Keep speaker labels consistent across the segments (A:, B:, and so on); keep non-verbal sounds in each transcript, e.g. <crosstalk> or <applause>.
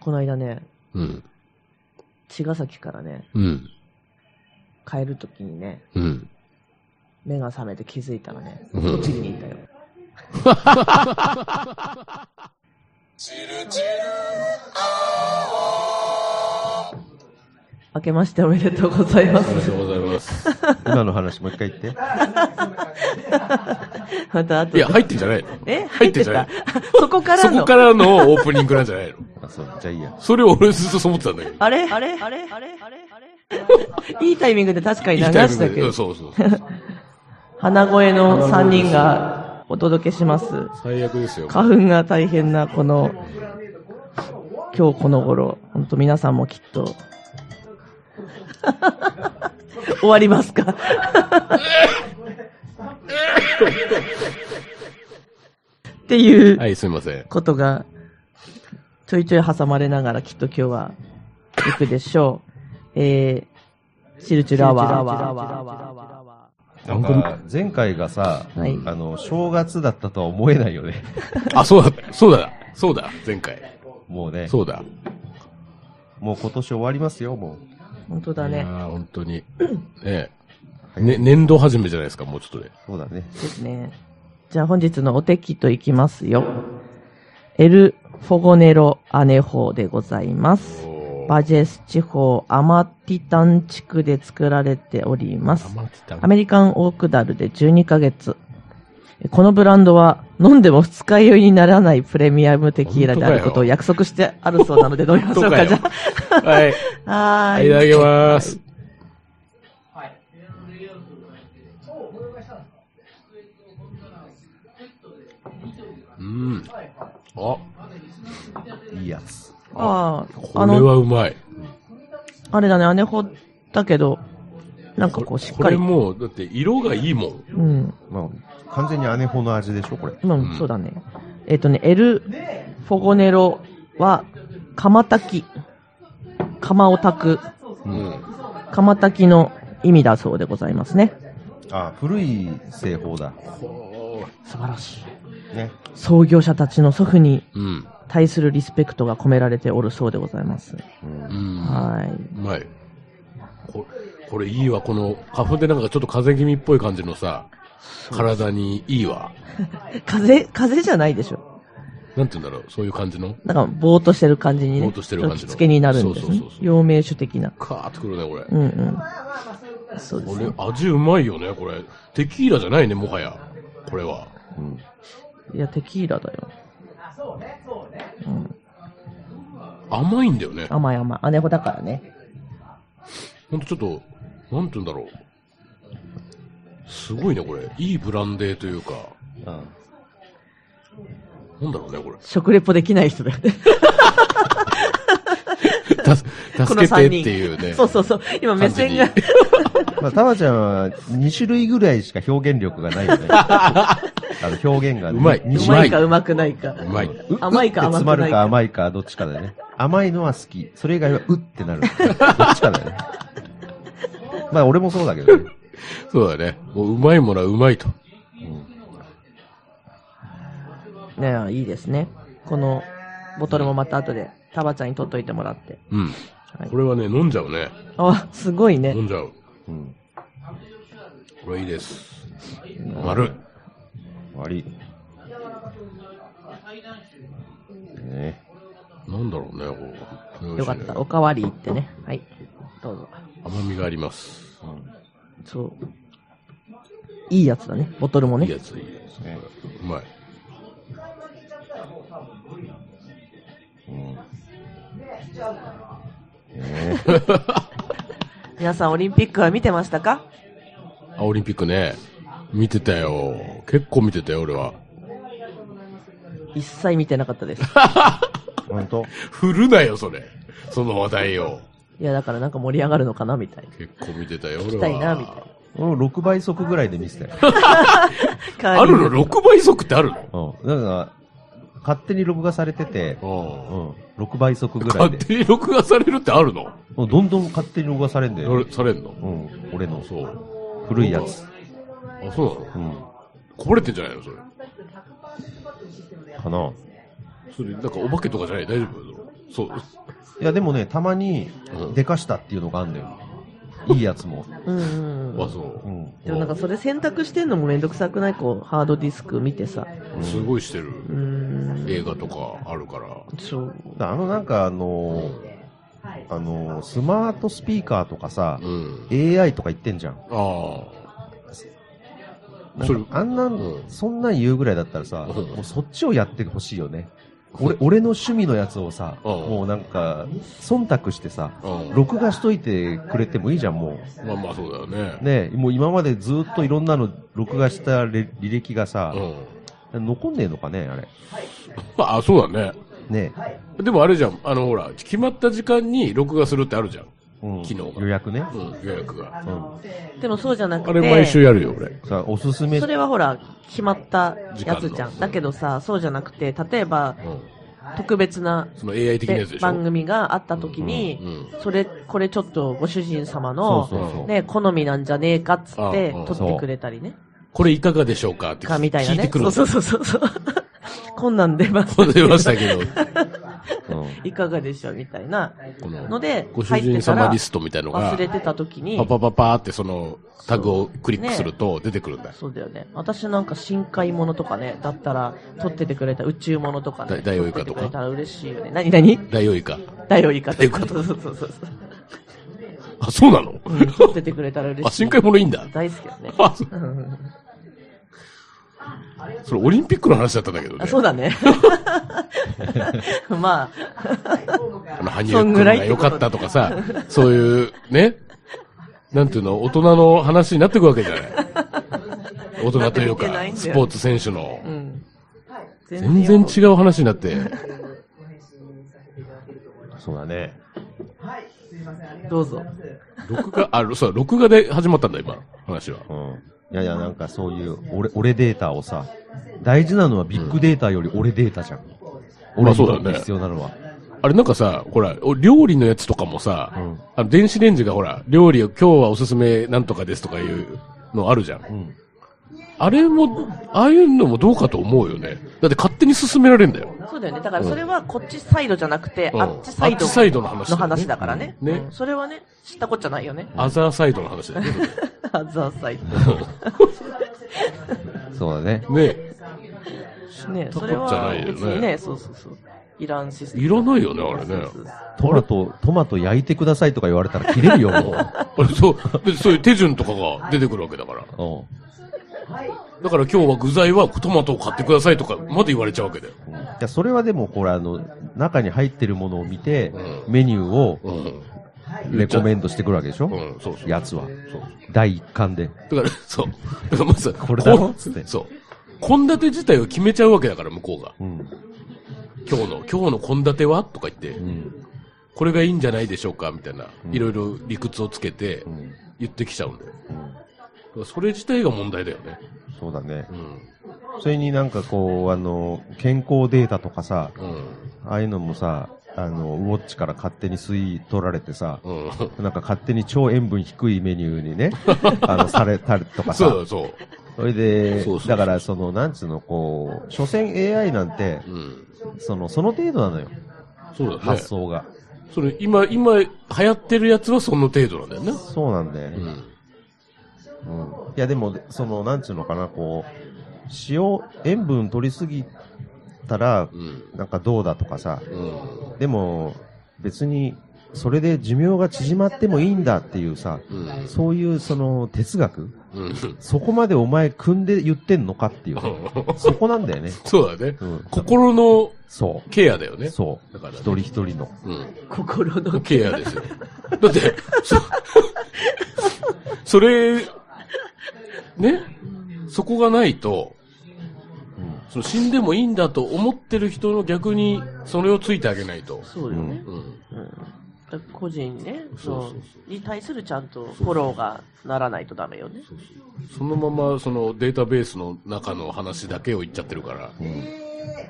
A: この間ね、
B: うん。
A: 茅ヶ崎からね、
B: うん。
A: 帰るときにね、
B: うん。
A: 目が覚めて気づいたらね、
B: うん
A: 栃木にいたよ。
B: <laughs>
A: 明けましておめでとうございます。
B: うございます。
C: <laughs> 今の話もう一回言って。
A: また後
B: い
A: で
B: や、。入ってんじゃないの
A: え入って
B: 入ったてんじ
A: そこから
B: <laughs> そ
A: の
B: こ。からのオープニングなんじゃないの
C: <laughs> あ、そう、じゃあいいや。
B: それを俺ずっとそう思ってたんだけど。
A: あれあれあれあれあれあれいいタイミングで確かに流
B: いい
A: し
B: タイミング
A: た
B: で
A: け
B: う
A: ど
B: ん、そうそうそう。
A: 鼻声の3人がお届けします。
B: 最悪ですよ。
A: 花粉が大変なこの、今日この頃、本当皆さんもきっと、 <laughs> 終わりますかっていう
B: はい、すみません。
A: ことが、ちょいちょい挟まれながらきっと今日は行くでしょう。えー、チルチルアワー。
C: なんか、前回がさ、
A: はい
C: あの、正月だったとは思えないよね。 <laughs>
B: あ、そうだ、そうだ、そうだ、前回。
C: もうね。
B: そうだ。
C: もう今年終わりますよ、も
A: 本当だ
B: いや
A: ね。
B: ー本当に。ねえ。ね、年度始めじゃないですか、もうちょっとで。
C: う。そうだね。
A: ですね。じゃあ本日のおテキといきますよ。エル・フォゴネロ・アネホでございます。バジェス地方アマティタン地区で作られております。アメリカンオークダルで12ヶ月。このブランドは飲んでも二日酔いにならないプレミアムテキーラであることを約束してあるそうなので飲みましょうか、じゃ
B: はい。
A: あ。は
B: は
A: ー
B: い、いただきます。うん。あ、
C: いいやつ。
A: ああ、
B: こ
A: あ
B: れ
A: の、
B: はうまい。
A: あれだね、姉ほだけど、なんかこうしっ
B: こ
A: か
B: れ
A: り。
B: もう、だって色がいいもん。
A: うん。
C: まあ、完全に姉穂の味でしょ、これ。
A: うん、そうだね。えっ、とね、エル・フォゴネロは、釜炊き、釜を炊く、
B: うん。
A: 釜炊きの意味だそうでございますね。
C: あ、古い製法だ。
A: 素晴らしい。
C: ね。
A: 創業者たちの祖父に
B: うん。
A: 対するリスペクトが込められておるそうでございます。
C: うん
B: う。ん。
A: は
B: うまい。ここれいいわ、この、花粉でなんかちょっと風邪気味っぽい感じのさ、体にいいわ。
A: い。風、風じゃないでしょ。
B: なんて言うんだろう、そういう感じの。
A: なんか、ぼーっとしてる感じにね。
B: ぼーっとしてる感じの
A: ちょっと着付けになるんです
B: そう
A: ね
B: そうそう。そう
A: 陽明酒的な。
B: カーってくるね、これ。
A: うんうん。そうです
B: こ
A: ね。
B: れ、味うまいよね、これ。テキーラじゃないね、もはや。これは。
C: うん。
A: いや、テキーラだよ。
B: 甘いんだよね。
A: 甘い甘い。姉子だからね。
B: ほんとちょっと、なんて言うんだろう。すごいね、これ。いいブランデーというか。
C: うん
B: なんだろうね、
A: <laughs>
B: これ。
A: 食レポできない人だよね。
B: たす
A: こ
B: <laughs> 助
A: の
B: けて
A: 3
B: っ
A: 人。
B: ていうね。
A: そうそうそう。今目線が
B: 感じ。に
C: まあ、たまちゃんは2種類ぐらいしか表現力がないよ
B: <laughs>
C: ね。あの表現が、ね、
B: うまい
A: うんま
C: 2種
A: い
C: 類。
A: かうまくないか。
B: うまい。
A: 甘いか甘くないか
C: 詰まるか甘いかどっちかだよね。甘いのは好き。それ以外はうってなる。どっちか
A: <laughs>
C: だよね。まあ俺もそうだけどね。
B: そうだね。もううまいものはうまいと。
A: ねいいですね。このボトルもまた後で、タバちゃんに取っといてもらって。
B: うん。
A: はい
B: これはね、飲んじゃうね。
A: あ、すごいね
B: 飲。んじゃう。
C: うん。
B: これいいです。丸い。
C: 悪い。ね
B: なんだろうね、これ。
A: よかった。おかわり行ってね。はい。どうぞ。
B: 甘みがあります。
A: そう。いいやつだね。ボトルも
B: いい
A: ね
B: や。つ、いいやつ。
C: ね
B: うまい。
C: うん。ね
A: 皆さんオリンピックは見てましたか
B: あ、オリンピックね。見てたよ。結構見てたよ、俺は。
A: 一切見てなかった
B: <laughs>
A: です。
C: ほんと
B: 振るなよ、それ。その話題を。
A: いや、だからなんか盛り上がるのかなみたいな。
B: 結構見てたよ、俺は。
A: きたいなみたいな
C: <laughs> 俺も6倍速ぐらいで見せたよ。
A: カ
B: あ
A: ーリン
B: る
A: グ
B: の ?6 倍速ってあるの
C: うん。だから、勝手に録画されてて、う
B: あ
C: ん。6倍速
B: あ
C: ぐらい
B: 勝
C: で。
B: 手に録画されるってあるの
C: もうどんどん勝手に録画されんだよ。
B: されんの
C: うん。俺の
B: そう。
C: 古いやつ。
B: あ、そうな
C: う
B: の
C: ん。
B: こぼれてんじゃないのそれ。
C: かな
B: それ、なんかお化けとかじゃない大丈夫そう。
C: いや、でもね、たまに
B: う、ん
C: でかしたっていうのがあんだよ。いいやつも。
A: うんうんう
B: あ、
A: ん。
B: そうう。
C: ん。
A: でもなんかそれ選択してんのもめんどくさくないこう、ハードディスク見てさ。
B: すごいしてる。
A: うーん。
B: 映画とかあるから。
A: そう。
C: あの、なんかあのーあのースマートスピーカーとかさ、
B: うん。
C: AI とか言ってんじゃん。
B: ああ。
C: なん
B: それ
C: か、あんなん、
B: うん
C: そんなん言うぐらいだったらさ、
B: うん
C: もうそっちをやってほしいよね。俺、俺の趣味のやつをさ、
B: うん
C: もうなんか、忖度してさ、
B: うん
C: 録画しといてくれてもいいじゃん、も
B: まあまあそうだよ
C: う。
B: ね。
C: ねもう今までずっといろんなの録画したれ履歴がさ、
B: う
C: 残んねえのかね、あれ。
B: ん。まあ、そうだね。
C: ね
B: でもあれじゃん。あの、ほら、決まった時間に録画するってあるじゃん。
C: うん
B: 機能が
C: 予約ね。
B: うん、予約が。
A: でもそうじゃなくて。
B: あれ毎週やるよ、俺。
C: さあ、おすすめ
A: そ、れはほら、決まったやつじゃ
B: 時間の
A: ん。だけどさ、そうじゃなくて、例えば、
B: うん。
A: 特別な
B: その AI 的なやつでしょ。
A: 番組があった時に、
B: うん。
A: それ、これちょっとご主人様
C: そう
A: の、
C: そうそう。
A: ね、好みなんじゃねえかっつって
B: ああ、
A: 撮ってくれたりね。
B: これいかがでしょうかって
A: か、みたいな
B: 聞いて
A: ね。
B: くる
A: そう
B: の。
A: そうそうそうそう。 <laughs> こんなん出ます。
B: そう出ましたけど、
C: うん
A: <laughs> いかがでしょうみたいな
B: こ
A: の
B: の、
A: で、
B: ご主
A: 入っ
B: 人
A: てたら
B: 様リストみたいのが
A: 忘、れてた時に
B: パ、パパパーってそのタグをクリックすると出てくるんだ。
A: そうだよね。私なんか深海ものとかね、だったら、撮っててくれた宇宙ものとかね
B: ダ、ダイオウイカ
A: 撮って
B: とか
A: てくれたら嬉しいよね。何何
B: ダイオウイカ。
A: ダイオウイカと
B: ダイオウ
A: か。
B: イカ
A: そうそうそうそう。
B: あ、そうなの
A: 撮っててくれたら嬉しい。
B: あ、深海ものいいんだ。
A: 大好きだね。
B: あ、そ
A: うん
B: それオリンピックの話だったんだけどね。
A: あ、そうだ
B: <laughs>
A: ね。ま
B: あの、羽生
A: そん
B: 君
A: ぐら
B: が
A: いって
B: 良
A: こと
B: かったとかさ、そういう、ね。なんていうの、大人の話になってくわけじゃない。大人というか
A: なってない、んだ
B: ス
A: よ
B: ポーツ選手の
A: あ、う。ん。
B: 全然違う話になって。
C: そうだね。
A: どうぞ。
B: 録画、あ、そう、録画で始まったんだ、今、話は。
C: うん。いやいや、なんかそういう、俺、俺データをさ、大事なのはビッグデータより俺データじゃん。
B: ま
C: 俺
B: あ
C: に
B: そうだ
C: と
B: よね
C: って必要なのは。
B: あれなんかさ、ほら、お料理のやつとかもさ、
C: ん
B: あの電子レンジがほら、料理を今日はおすすめなんとかですとかいうのあるじゃん。
C: ん
B: あれも、ああいうのもどうかと思うよね。だって勝手に進められるんだよ。
A: そうだよね。だからそれはこっちサイドじゃなくて、
B: うん
A: あっちサイ
B: あっ
A: ド
B: ちサイドの話だよね
A: だからね。
B: うんね
A: うんそれはね、知ったこっちゃないよね。 <laughs>
B: アザーサイドの話だよね。
A: アザーサイ
B: <laughs>
C: そうだね。
B: ね
A: ド。ね、それ
B: 知ったこ
A: は
B: っちゃないよね
A: 別にね、そうそうそう。イランシステム。
B: いらないよね、あれね。
A: そうそう
C: トマト、トマト焼いてくださいとか言われたら切れるよ、も
B: あれそう、でそういう手順とかが出てくるわけだから。 <laughs>
C: う。
B: だから今日は具材はトマトを買ってくださいとかまで言われちゃうわけだよ。
C: うん。いや、それはでも、ほら、あの、中に入ってるものを見て、
B: う
C: メニュー
B: う
C: を
B: ん。
C: レコメンドしてくるわけでしょ
B: うん、そうそう。
C: やつは。
B: そう
C: 第一巻で。
B: だから、そう。だからまず、こ
C: れだろ
B: う
C: つって
B: そう。献立自体を決めちゃうわけだから、向こうが。
C: うん。
B: 今日の、今日の献立はとか言って、
C: うん。
B: これがいいんじゃないでしょうかみたいな、いろいろ理屈をつけて、言ってきちゃうんだよ。だからそれ自体が問題だよね。
C: そうだね
B: う。ん。
C: それになんかこう、あの、健康データとかさ、
B: うん。
C: ああいうのもさ、あの、ウォッチから勝手に吸い取られてさ、
B: うん。
C: なんか勝手に超塩分低いメニュー
B: <laughs>
C: にね、あの、されたりとか
B: そ
C: さ
B: う、だ、そ
C: それで
B: そうそうそ、う
C: だからその、なんつうの、こう、所詮 AI なんて
B: う。、うん。
C: その、その程度なのよ、
B: そうだね
C: 発。想が。
B: それ、今、今、流行ってるやつはその程度なんだよね。
C: そうなんだよね
B: う。ん。
C: うん。いや、でも、その、なんつうのかな、こう、塩、塩分取りすぎたら、
B: うん。
C: なんかどうだとかさ、
B: うん。
C: でも、別に、それで寿命が縮まってもいいんだっていうさ、
B: うん。
C: そういうその哲学
B: うん。
C: そこまでお前組んで言ってんのかっていう。そこなんだ
B: <laughs>
C: よね。
B: そうだね。
C: うん。
B: 心の
C: そ
B: ケアだよ
C: う。
B: ね。
C: そう。
B: だからね
C: 一人一人の。
B: うん。
A: 心の
B: ケアですよ。だって、そ、それ、ね、そこがないと、その死んでもいいんだと思ってる人の逆に、それをついてあげないと。
A: そうよね。
B: うん。
A: うんだから個人ね、
B: そうそう
A: そうに対するちゃんとフォローがならないとダメよね。
B: そのまま、そのデータベースの中の話だけを言っちゃってるから、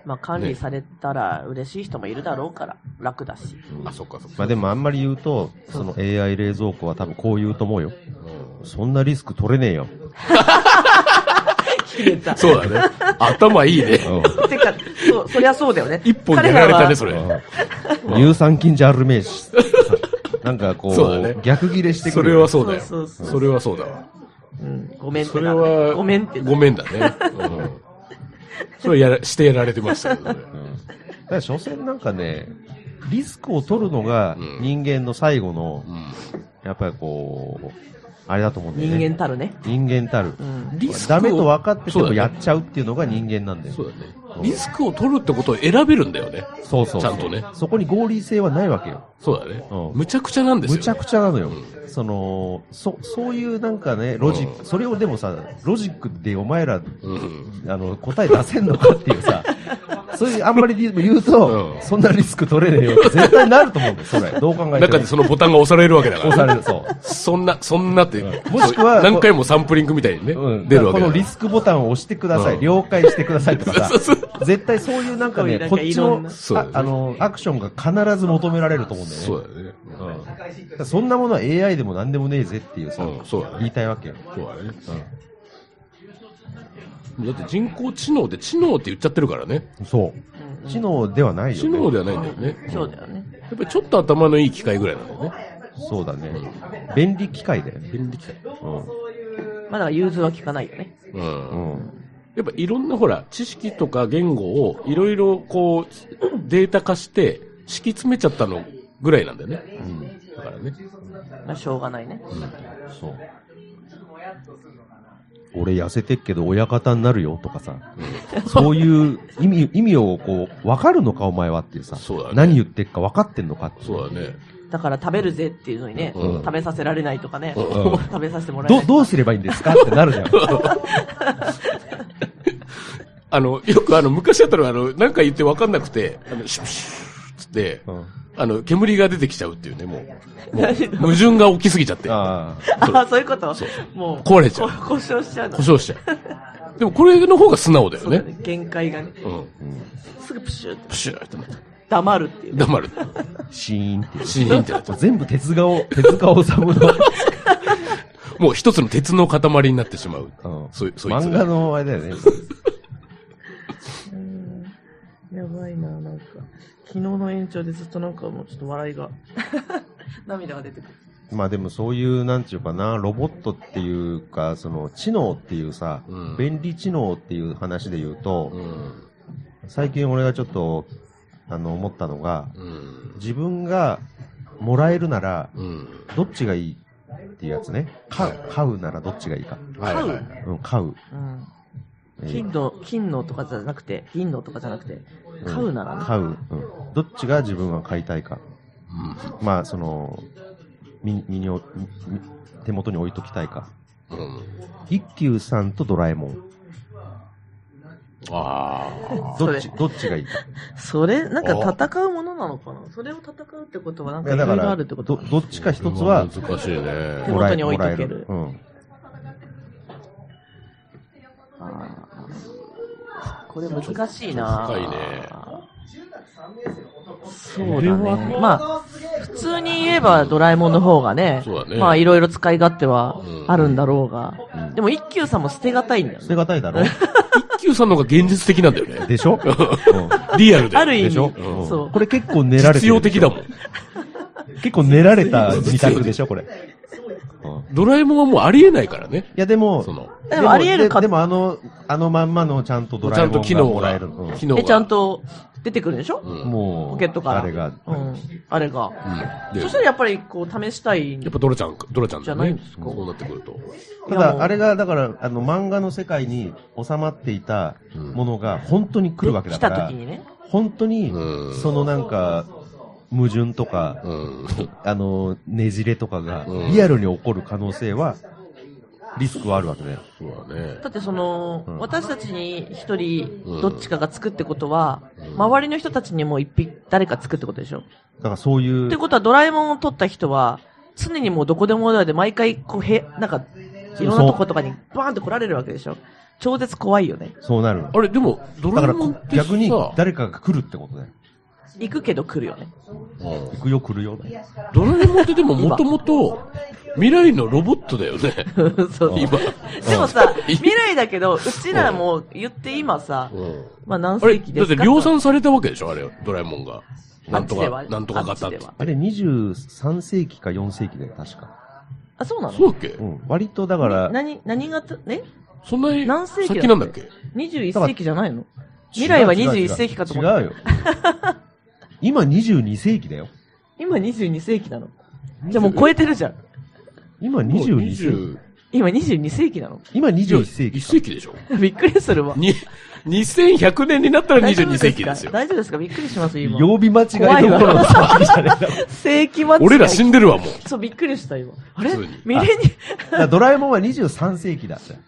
A: まあ管理されたら嬉しい人もいるだろうから、楽だ
B: <laughs>
A: し。
B: あ、そっかそっ
C: ま
B: か。
C: あでもあんまり言うと、その AI 冷蔵庫は多分こう言うと思うよ。そんなリスク取れねえよ。
A: 切れた。
B: そうだね。頭いいね。
A: てか、そう、そりゃそうだよね。
B: 一本やられたね、そ
A: れ。
B: れ。
C: うん乳酸菌じゃあるめ
B: <laughs>
C: えし。なんかこ
B: そうだね
C: う、逆切れして
B: そ
C: くる
B: れ
C: よね。
B: はそうだよ。
A: そうそうそう
B: それはそうだわ。
A: うん、ごめんっ
B: そ
A: て
B: れ
A: なる
B: は、
A: ごめんってな
B: ごめんだね。うんそれやら、してやられてましたけどね。
C: うんだから、所詮なんかね、リスクを取るのが
B: うん
C: 人間の最後の
B: う、ん
C: やっぱりこう、あれだと思うんだよ
A: 人
C: ね。
A: 間たるね。
C: 人間たる。
A: うん。
B: リスクを
C: ダメと分かってて
B: そうだ
C: も
B: ね
C: やっちゃうっていうのが人間なんだよ。
B: そうだね。リスクを取るってことを選べるんだよね。
C: そうそうそう。
B: ちゃんとね
C: そこに合理性はないわけよ。
B: そうだね
C: う。ん
B: むちゃくちゃなんですよ、
C: む
B: ね。
C: ちゃくちゃなのよ。その、そ、そういうなんかね、ロジック、
B: うん
C: それをでもさ、ロジックでお前ら、
B: うん。
C: あの、答え出せんのかっていう
B: <laughs>
C: さ、そういう、あんまり言うと、
B: うん
C: そんなリスク取れねえよって絶対なると思うんだよ、それ。どう考えても。
B: 中でそのボタンが押されるわけだか
C: 押さ
B: ら。
C: れる、そう。
B: そんな、そんなって。
C: もしくは
B: 何回もサンプリングみたいにね、
C: うん、
B: 出るわけ
C: こ
B: だ
C: の
B: か
C: リ
B: ら。
C: スクボタンを押してください、
B: うん
C: 了解してくださいとか
B: そうそ
C: さ
B: うそ、
C: 絶対そういうなんかね、
A: す
C: こ
A: ごいなんか
C: っち
A: いろん
C: の
A: な
B: そうだね
C: ああのアクションが必ず求められると思うんだよね。
B: そうだね。
C: うんだからそんなものは AI でも何でもねえぜっていうさ、
B: うんそうだね
C: 言いたいわけよ。
B: そうだね。だって人工知能で知能って言っちゃってるからね。
C: うんそうう。知能ではないよ
B: 知
C: ね。
B: 能ではないんだよね。
A: そうだよね。
B: やっぱりちょっと頭のいい機械ぐらいなんだよね。
C: そうだね。便利機械だよね。
B: 便利機械。
C: う
A: まあだから融通は効かないよね。
B: うん。
C: ん。うん。
B: やっぱいろんなほら、知識とか言語をいろいろこう、データ化して敷き詰めちゃったのぐらいなんだよね。だからね。
A: まあしょうがないね。
C: そう。俺痩せてっけど親方になるよとかさ、そういう意味、意味をこう、わかるのかお前はっていうさ、
B: そうだね
C: 何言ってっか分かってんのかっていう
B: そうだね。
A: だから食べるぜっていうのにね、
B: うん
A: 食べさせられないとかね、
B: う
A: <laughs> 食べさせてもらえな
C: ど
A: い。
C: どうすればいいんですかって
B: <laughs>
C: なるじゃん。
B: あの、よくあの、昔だったらあの、なんか言ってわかんなくて、あの、シュッシュッつって、
C: うん
B: あの、煙が出てきちゃうっていうね、もう。 <laughs> もう矛盾が起きすぎちゃって。
C: あ
A: ああ、そういうこともう、
B: 壊れちゃう
A: こ故障しちゃうの
B: 故。障しちゃう。でもこれの方が素直だよ
A: そうだ
B: ね。
A: ね限界がね、
B: うん。
A: すぐプシュって
B: プシューってなって。
A: 黙るっていうね。
B: 黙る。
C: あ、シーンって。
B: シーンってなって。
C: 全部手塚を、手塚治
B: <laughs>
C: 虫の、
B: もう一つの鉄の塊になってしまう。
C: うん
B: そ、そいつ
C: 漫
B: が
C: 画のあれだよね。
A: やばいな、なんか。昨日の延長でずっとなんかもうちょっと笑いが、 <laughs> 涙が出てくる。
C: まあでもそういう、なんていうかな、ロボットっていうか、その、知能っていうさ、
B: うん
C: 便利知能っていう話で言うと、
B: うん。
C: 最近俺がちょっと、あの、思ったのが、
B: うん。
C: 自分がもらえるなら、
B: うん。
C: どっちがいいっていうやつね。か買うならどっちがいいか。
B: はいはい。
C: うん、買う。
A: うん。
C: えー
A: 金の、金のとかじゃなくて、銀のとかじゃなくて、買うならね。
C: 買う、うん、どっちが自分は買いたいか、まあその身身におみみ手元に置いときたいか
B: うん。うん。
C: 一休さんとドラえもん
B: ああ。
C: ど
A: そ
C: っ
A: れ
C: ちどっちがいいか
A: それ、なんか戦うものなのかなそれを戦うってことはなんかい
C: だ
A: ろ
C: か
A: いろ
C: ら
A: あるって
C: ど
A: ことかな
C: どっちか一つは
B: 難しい
A: 手
B: ね。
C: もら
A: 元
C: え
A: に置い
C: も
A: と
C: ら
A: け
C: え
A: る
C: る、うん、
A: あーこれ難しいな
B: 深いね
A: そうだね。まあ、普通に言えばドラえもんの方がね、
B: そうだね
A: まあいろいろ使い勝手はあるんだろうが、
C: ん
A: でも一休さんも捨てがたいんだよ
C: 捨
A: ね。
C: てがたいだろ
B: 一休さんの方が現実的なんだよね。
C: で
A: <laughs>
C: しょ、う
B: リアルで。
A: ある意
C: ん、で
A: 味、
C: しょ、
A: うん
C: うん
A: そう
C: これ結構練られてるでし
B: 必
C: ょ
B: 要的だもん。
C: 結構練られた二択でしょこれ、うんい
B: ドラえもんはもうありえないからね。
C: やでも
B: その、
A: でもあり得るか
C: ででもあのあのまんまのちゃんとド
B: ちゃ
C: ラえ
B: んと
C: もん
B: 機
C: が
B: 能
C: もら
B: が
C: える、うん、
B: 機能が。
A: で、ちゃんと出てくるでしょ、
B: うん。うん。
C: もう
A: ポケットから。
C: あれが
A: うん。あれが。
B: で、
A: そしたらやっぱりこう試したいん
B: やっぱドラちゃん、ドラちゃんだ
A: じゃない
B: よ
A: ん
B: ね
A: で。すか
B: こうなってくると。
C: た
A: いやもう
C: だ、あれが、だから、あの、漫画の世界に収まっていたものが、本当に来るわけだ
A: 来
C: か
A: た
C: ら
A: 時、にね。
C: 本当に
B: うん、
C: そのなんか、矛盾とか、
B: うん。
C: あの、ねじれとかが
B: う、ん
C: リアルに起こる可能性は、リスクはあるわけだよ。
B: そうだね。
A: だってその、
C: うん
A: 私たちに一人
B: うん
A: どっちかがつくってことは、周りの人たちにも一匹誰かつくってことでしょ
C: だからそうい
A: って
C: う、
A: ことはドラえもんを撮った人は、常にもうどこでもドアで毎回、こう、へ、なんか、いろんなとことかにバーンって来られるわけでしょ超絶怖いよね。
C: そうなる。
B: あれ、でも、ド
C: だ
B: ラ
C: か
B: え
C: ら
B: もん
C: こ
B: っ、てさ
C: 逆に、誰かが来るってことだよ。
A: 行くけど来るよ
B: <laughs>
A: ね。
C: 行くよ来るよね。
B: ドラえもんってでももともと未来のロボットだよね。
A: そう
B: 今。
A: でもさ、未来だけど、うちらも言って今さ、
B: うん
A: まあ何
B: あれ、
A: 世紀で
B: だっ
A: すか
B: て量産されたわけでしょあれ、ドラえもんが。なんと
A: あっちでは
B: か、なんとか型
A: あ
B: っ
A: っち
B: て
A: で。は
C: あれ23世紀か4世紀だよ、確か。
A: あ、そうなの
B: そうだっけ
C: うん。割とだから、
A: 何、何がつ、え
B: そんなに
A: 何世紀だっけ
B: 先なんだっけ
A: ?21 世紀じゃないの未来は
C: 違う違う違
A: 21
C: う
A: 世紀かと思っ <laughs>
C: 違うよ。今22世紀だよ。
A: 今22世紀なの。じゃあもう超えてるじゃん。
C: 今
B: もう
C: 22世紀。
A: 今22世紀なの。 <laughs>
C: 今21世紀
B: 1
C: か。
B: 世紀でしょ
A: びっくりするわ。
B: に、2100年になったら
A: 大丈夫
B: 22世
A: す
B: 紀
A: か
B: ですよ。
A: 大丈夫ですかびっくりします今。
C: 曜日間違いどころの騒ぎじゃねえんだもんだか
A: 世紀末。
B: 俺ら死んでるわ、もう。
A: そう、びっくりした今。あれ
B: 普通に
A: 未来に。
C: らドラえもんは23世紀だったよ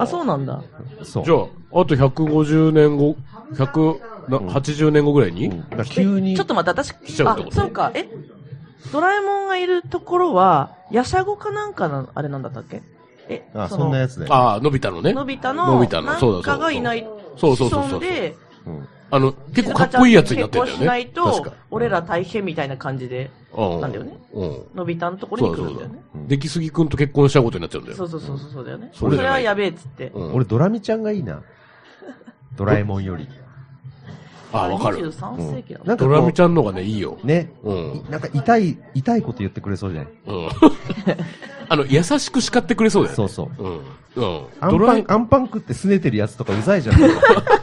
B: あ
A: あ、そううなんだ。
C: そう。
B: じゃあ、あと150年後、180年後ぐらいに、
C: うんだから急に
A: ちょっと待って、私、
B: 来ちゃうってこと
A: あ、そうか、えドラえもんがいるところは、ヤシャゴかなんかの、あれなんだったっけえ、
C: あ、そんなやつだよ。
B: ああ、のび太のね。
A: のび太の、
B: のび太の
A: なん
B: そうだそうだ
A: かがいない、
B: そうそうそう
A: 子
B: そ
A: 孫
B: う
A: で、
C: うん
B: あの、結構かっこいいやつになってんだ
A: 結
B: よ
A: 婚しない
B: ね。確
A: と
B: か。、
A: 俺ら大変みたいな感じで、
B: う
A: なんだよね。
B: うん。
A: のび太のところに来るんだよね。
C: うん
B: 出来すぎくんと結婚したことになっちゃうんだ
A: そ
B: よ。
A: うそうそうそうそうだよね。
B: そ
A: そう
B: だよね
A: れはやべえっつって。
B: うん
C: 俺、ドラミちゃんがいいな。ドラえもんより。
B: あ、わかる。
A: 23世紀だ
C: うんなん
B: ド
C: かこ
B: ラ
C: う
B: ミちゃんの方がね、いいよ。
C: ね。
B: うん。
C: なんか痛い、痛いこと言ってくれそうじゃない
B: うん。あの、優しく叱ってくれそうだよ
C: そ
B: ね。
C: うそう。
B: うん。うん。
C: ア
B: ド
C: ンパ
B: ラ
C: ン
B: え、
C: アンパン食って拗ねてるやつとかうざいじ <laughs> ゃん。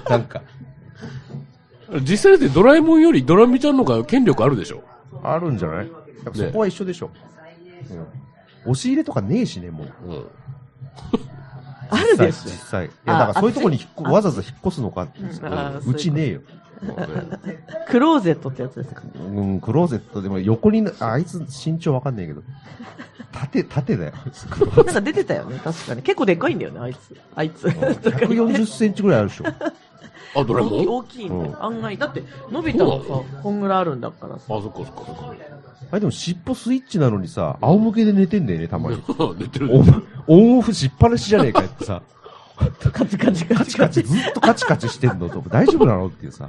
C: なんか。
B: 実際でドラえもんよりドラミちゃんの方が権力あるでしょ。
C: あるんじゃないやっぱそこは一緒でしょ。うん押し入れとかねえしね、もう。
B: うん。
A: あるで
C: 実
A: す。
C: 際。いや、だか
A: あ
C: らそういうとこに引っこ
A: あ
C: わざわざ引っ越すのかって
A: うんあー
C: うちねえよ。
A: クローゼットってやつですか
C: うん、クローゼットでも横にな、ああいつ身長わかんないけど。縦、縦 <laughs> だよ。
A: なんか出てたよね、確かに。結構でかいんだよね、あいつ。あいつ。とか言って
C: 140センチぐらいあるでしょ。
B: あ、ドラえもんあ、
A: 大きいんだよ
C: うん
A: 案外。だって、のび太もさ、こんぐらいあるんだからさ。
B: そっかそっかそっか。
C: あれでも尻尾スイッチなのにさ、仰向けで寝てんだよね、たまに。
B: <laughs> 出てる
C: オ。ン <laughs> オンオフしっぱなしじゃねえかよってさ、
A: カチカチカ
C: カ
A: チ
C: チ
A: カ
C: カ
A: チ
C: チ、。ずっとカチカチしてんのと、大丈夫なのっていうさ。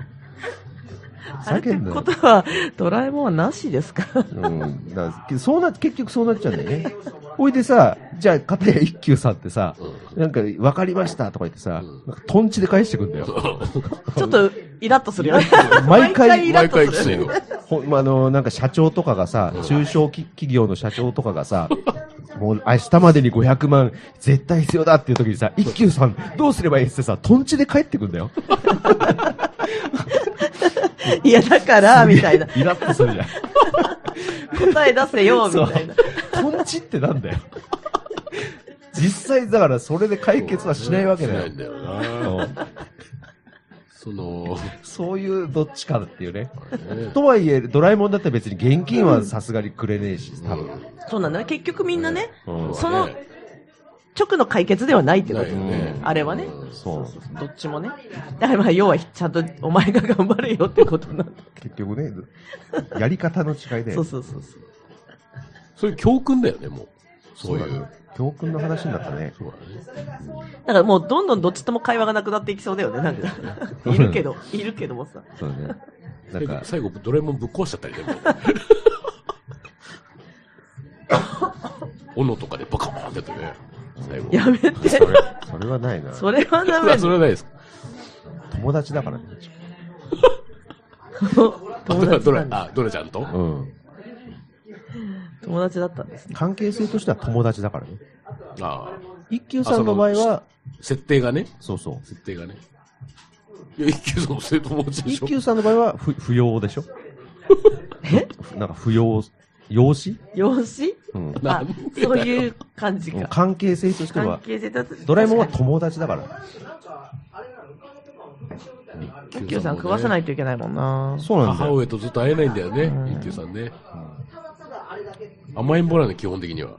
A: あれって
C: 叫んだ
A: こ
C: よ
A: と。は、ドラえもんはなしですか
C: うん。だからそうな、結局そうなっちゃうんだよね。おいでさ、じゃあ、片や一休さんってさ、なんか、わかりましたとか言ってさ、なんかトンチで返してくんだよ。
A: ちょっと、イラッとするよね。
C: 毎回
A: イラ
B: 毎
A: ッと
B: 回き
A: す
B: つい
A: る。
B: の。
C: ほんまあの、なんか社長とかがさ、中小企企業の社長とかがさ、もう明日までに500万絶対必要だっていう時にさ、一休さんどうすればいいっつってさ、トンチで帰ってくんだよ。
A: いや、だから、みたいな。
C: イラッとするじゃん。
A: 答え出せよ、みたいな。
C: <laughs> そう。トンチってなんだよ。実際だからそれで解決はしないわけだ
B: しな
C: よ
B: いん。だよな。
C: うん
B: その、
C: そういうどっちかっていうね。
B: ね
C: とはいえ、ドラえもんだって別に現金はさすがにくれねえし、多分。
A: そうなんだね。結局みんなね、
C: うん
A: その直の解決ではないってこ
B: な
A: と
B: いよ。ね。
A: あれはね。
C: そう。
A: どっちもね。だからまあ、要は、ちゃんとお前が頑張れよってことなんだ。
C: 結局ね、やり方の違いで
A: そうそうそうそう。
B: そういう教訓だよね、もう。
C: そ
B: そううい
C: だね
B: う。。
C: 教訓の話になったね。
B: そうだね。
A: だからもうどんどんどっちとも会話がなくなっていきそうだよね、なんか。いるけど、いるけどもさ。
C: そうだね。なん
B: 最後
C: か、
B: 最後、ドラえもんぶっ壊しちゃった
A: <laughs>
B: りね。もう斧とかでバカーンってやってね。最後。
A: やめて。
C: それ、それはないな。
A: それはダメ
B: あそれはないです。
C: 友達だからね。
B: ド
A: 友
B: ラ、
A: 達
B: ド
A: な
B: ラ
A: ん、だ
B: あ、ドラちゃんと
C: うん。
A: 友達だったんですね。
C: 関係性としては友達だからね。
B: ああ。
C: 一休さんの場合は、
B: 設定がね。
C: そうそう。
B: 設定がね。いや、一級さんも生徒持ちでし
C: 一
B: ょ。
C: 休さんの場合は、ふ、不要でし <laughs> ょ
A: え
C: なんか不要、養子
A: 養子
C: うん。
A: あ
B: なんでだよ。
A: そういう感じか。
C: 関係性として
A: 関
C: は、
A: 係性だと。
C: ドラえもんは友達だから。
A: 一休さん食わさないいといけないもんな。
C: そうなんだ
B: 母
C: よ。
B: 上とずっと会えないんだよね、一級さんね。甘えん坊なんで、基本的には。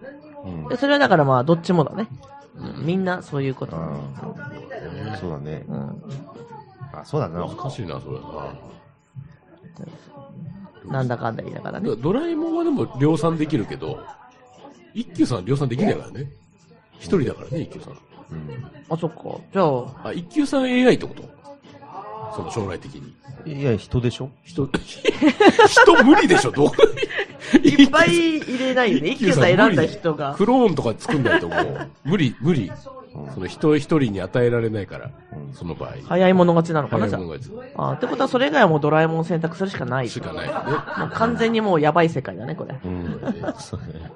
C: うん。
A: でそれはだからまあ、どっちもだね。みんなそういうこと。
C: あーそうだね
A: う。ん。
C: あ、そうだな。
B: おかしいな、それはな。
A: なんだかんだ言いながら
B: だか
A: ね
B: ら。ドラえもんはでも量産できるけど、一休さんは量産できないからね。一人だからね、一休さん。
C: うん
A: あ、そっか。じゃあ、
B: あ、一休さん AI ってことその将来的に。
C: いや、人でしょ
B: 人、 <laughs> 人無理でしょ、どう
A: <laughs> いっぱい入れないよね。一休さん選んだ人が。
B: クローンとか作んないともう、無理、無理。その人一人に与えられないから、その場合。
A: 早い者勝ちなのか
B: 早
A: ないじゃ
B: 者勝
A: あ。あーってことはそれ以外はもうドラえもんを選択するしかない。
B: ちしかないよ
A: もう完全にもうやばい世界だね、これ。
C: うん。
B: ね。
C: そうね。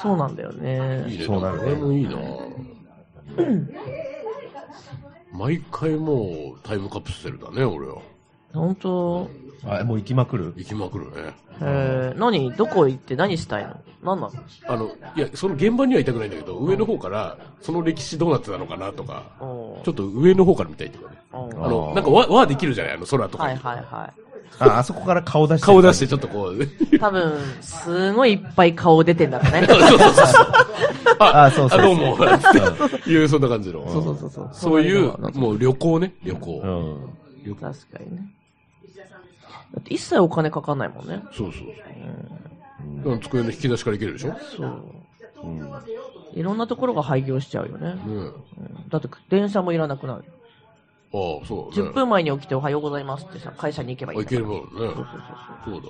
A: そうなんだよ
B: いい
A: ね。
B: ね。
C: そうなるね
B: これもいいな。毎回もうタイムカプセルだね、俺は。
A: 本当
C: あ、もう行きまくる
B: 行きまくるね。
A: えー、何どこ行って何したいの何なの
B: あの、いや、その現場には行きたくないんだけど、上の方から、その歴史どうなってたのかなとか、
A: おー
B: ちょっと上の方から見たいとかね。
A: おー
B: あの
C: あ、ー
B: なんかわ、わーできるじゃないあの、空とか
A: はい
B: に。
A: はいは
C: あ、あそこから顔出して。
B: 顔出して。ちょっとこう、
A: い。多分、すごいいっぱい顔出てんだからね。
B: そうそうそうそう。
C: あ、そう
B: あ、
C: そう
B: どう
C: そ
B: も。っていう、そんな感じの。
A: そうそうそうそう。
B: そういう、
A: なんか
B: もう旅行ね、旅行。
C: う。うん。
A: 確かにね。だって一切お金かかんないもんね。
B: そうそうそう。うん、机の引き出しから行けるでしょ
A: そう。
C: うん
A: いろんなところが廃業しちゃうよね。
B: うん。
A: うんだって電車もいらなくなる。
B: ああ、そうだね。
A: 10分前に起きておはようございますってさ、会社に行けばいいん
B: あ、い
A: だか
B: け
A: ら
B: るもんね。
A: そうそうそう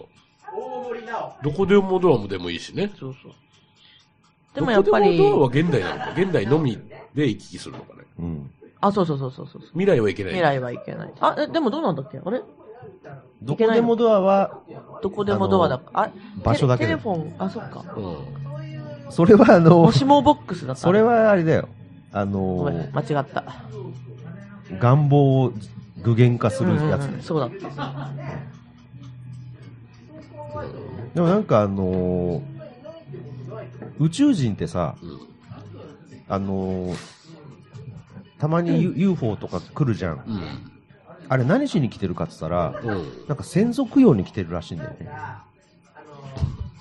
B: そうだ。どこでもドアもでもいいしね。
A: そう。そうそう。でもやっぱり
B: どこでもドアは現代なのか。現代のみで行き来するのかね。
C: うん。
A: あ、そうそうそうそうそう。
B: 未来はいけない。
A: 未来はいけない。あ、え、でもどうなんだっけあれ
C: どこでもドアは、
A: どこでもドアだあ
C: 場所だけ
A: テ
C: で
A: レテレフォン、あ、そっか。
B: うん。
C: それはあの
A: も、しもボックスだった。
C: それ。はあれだよ。あ
A: ご
C: の
A: めん、
C: ー、
A: 間違った。
C: 願望を具現化するやつ
A: うんうんう
C: ね
A: ん。そうだった。
C: でもなんかあのー、宇宙人ってさ、あのー、たまに U- UFO とか来るじゃん。
B: うん。
C: あれ何しに来てるかって言ったら、
B: うん。、
C: なんか先祖供養に来てるらしいんだよね。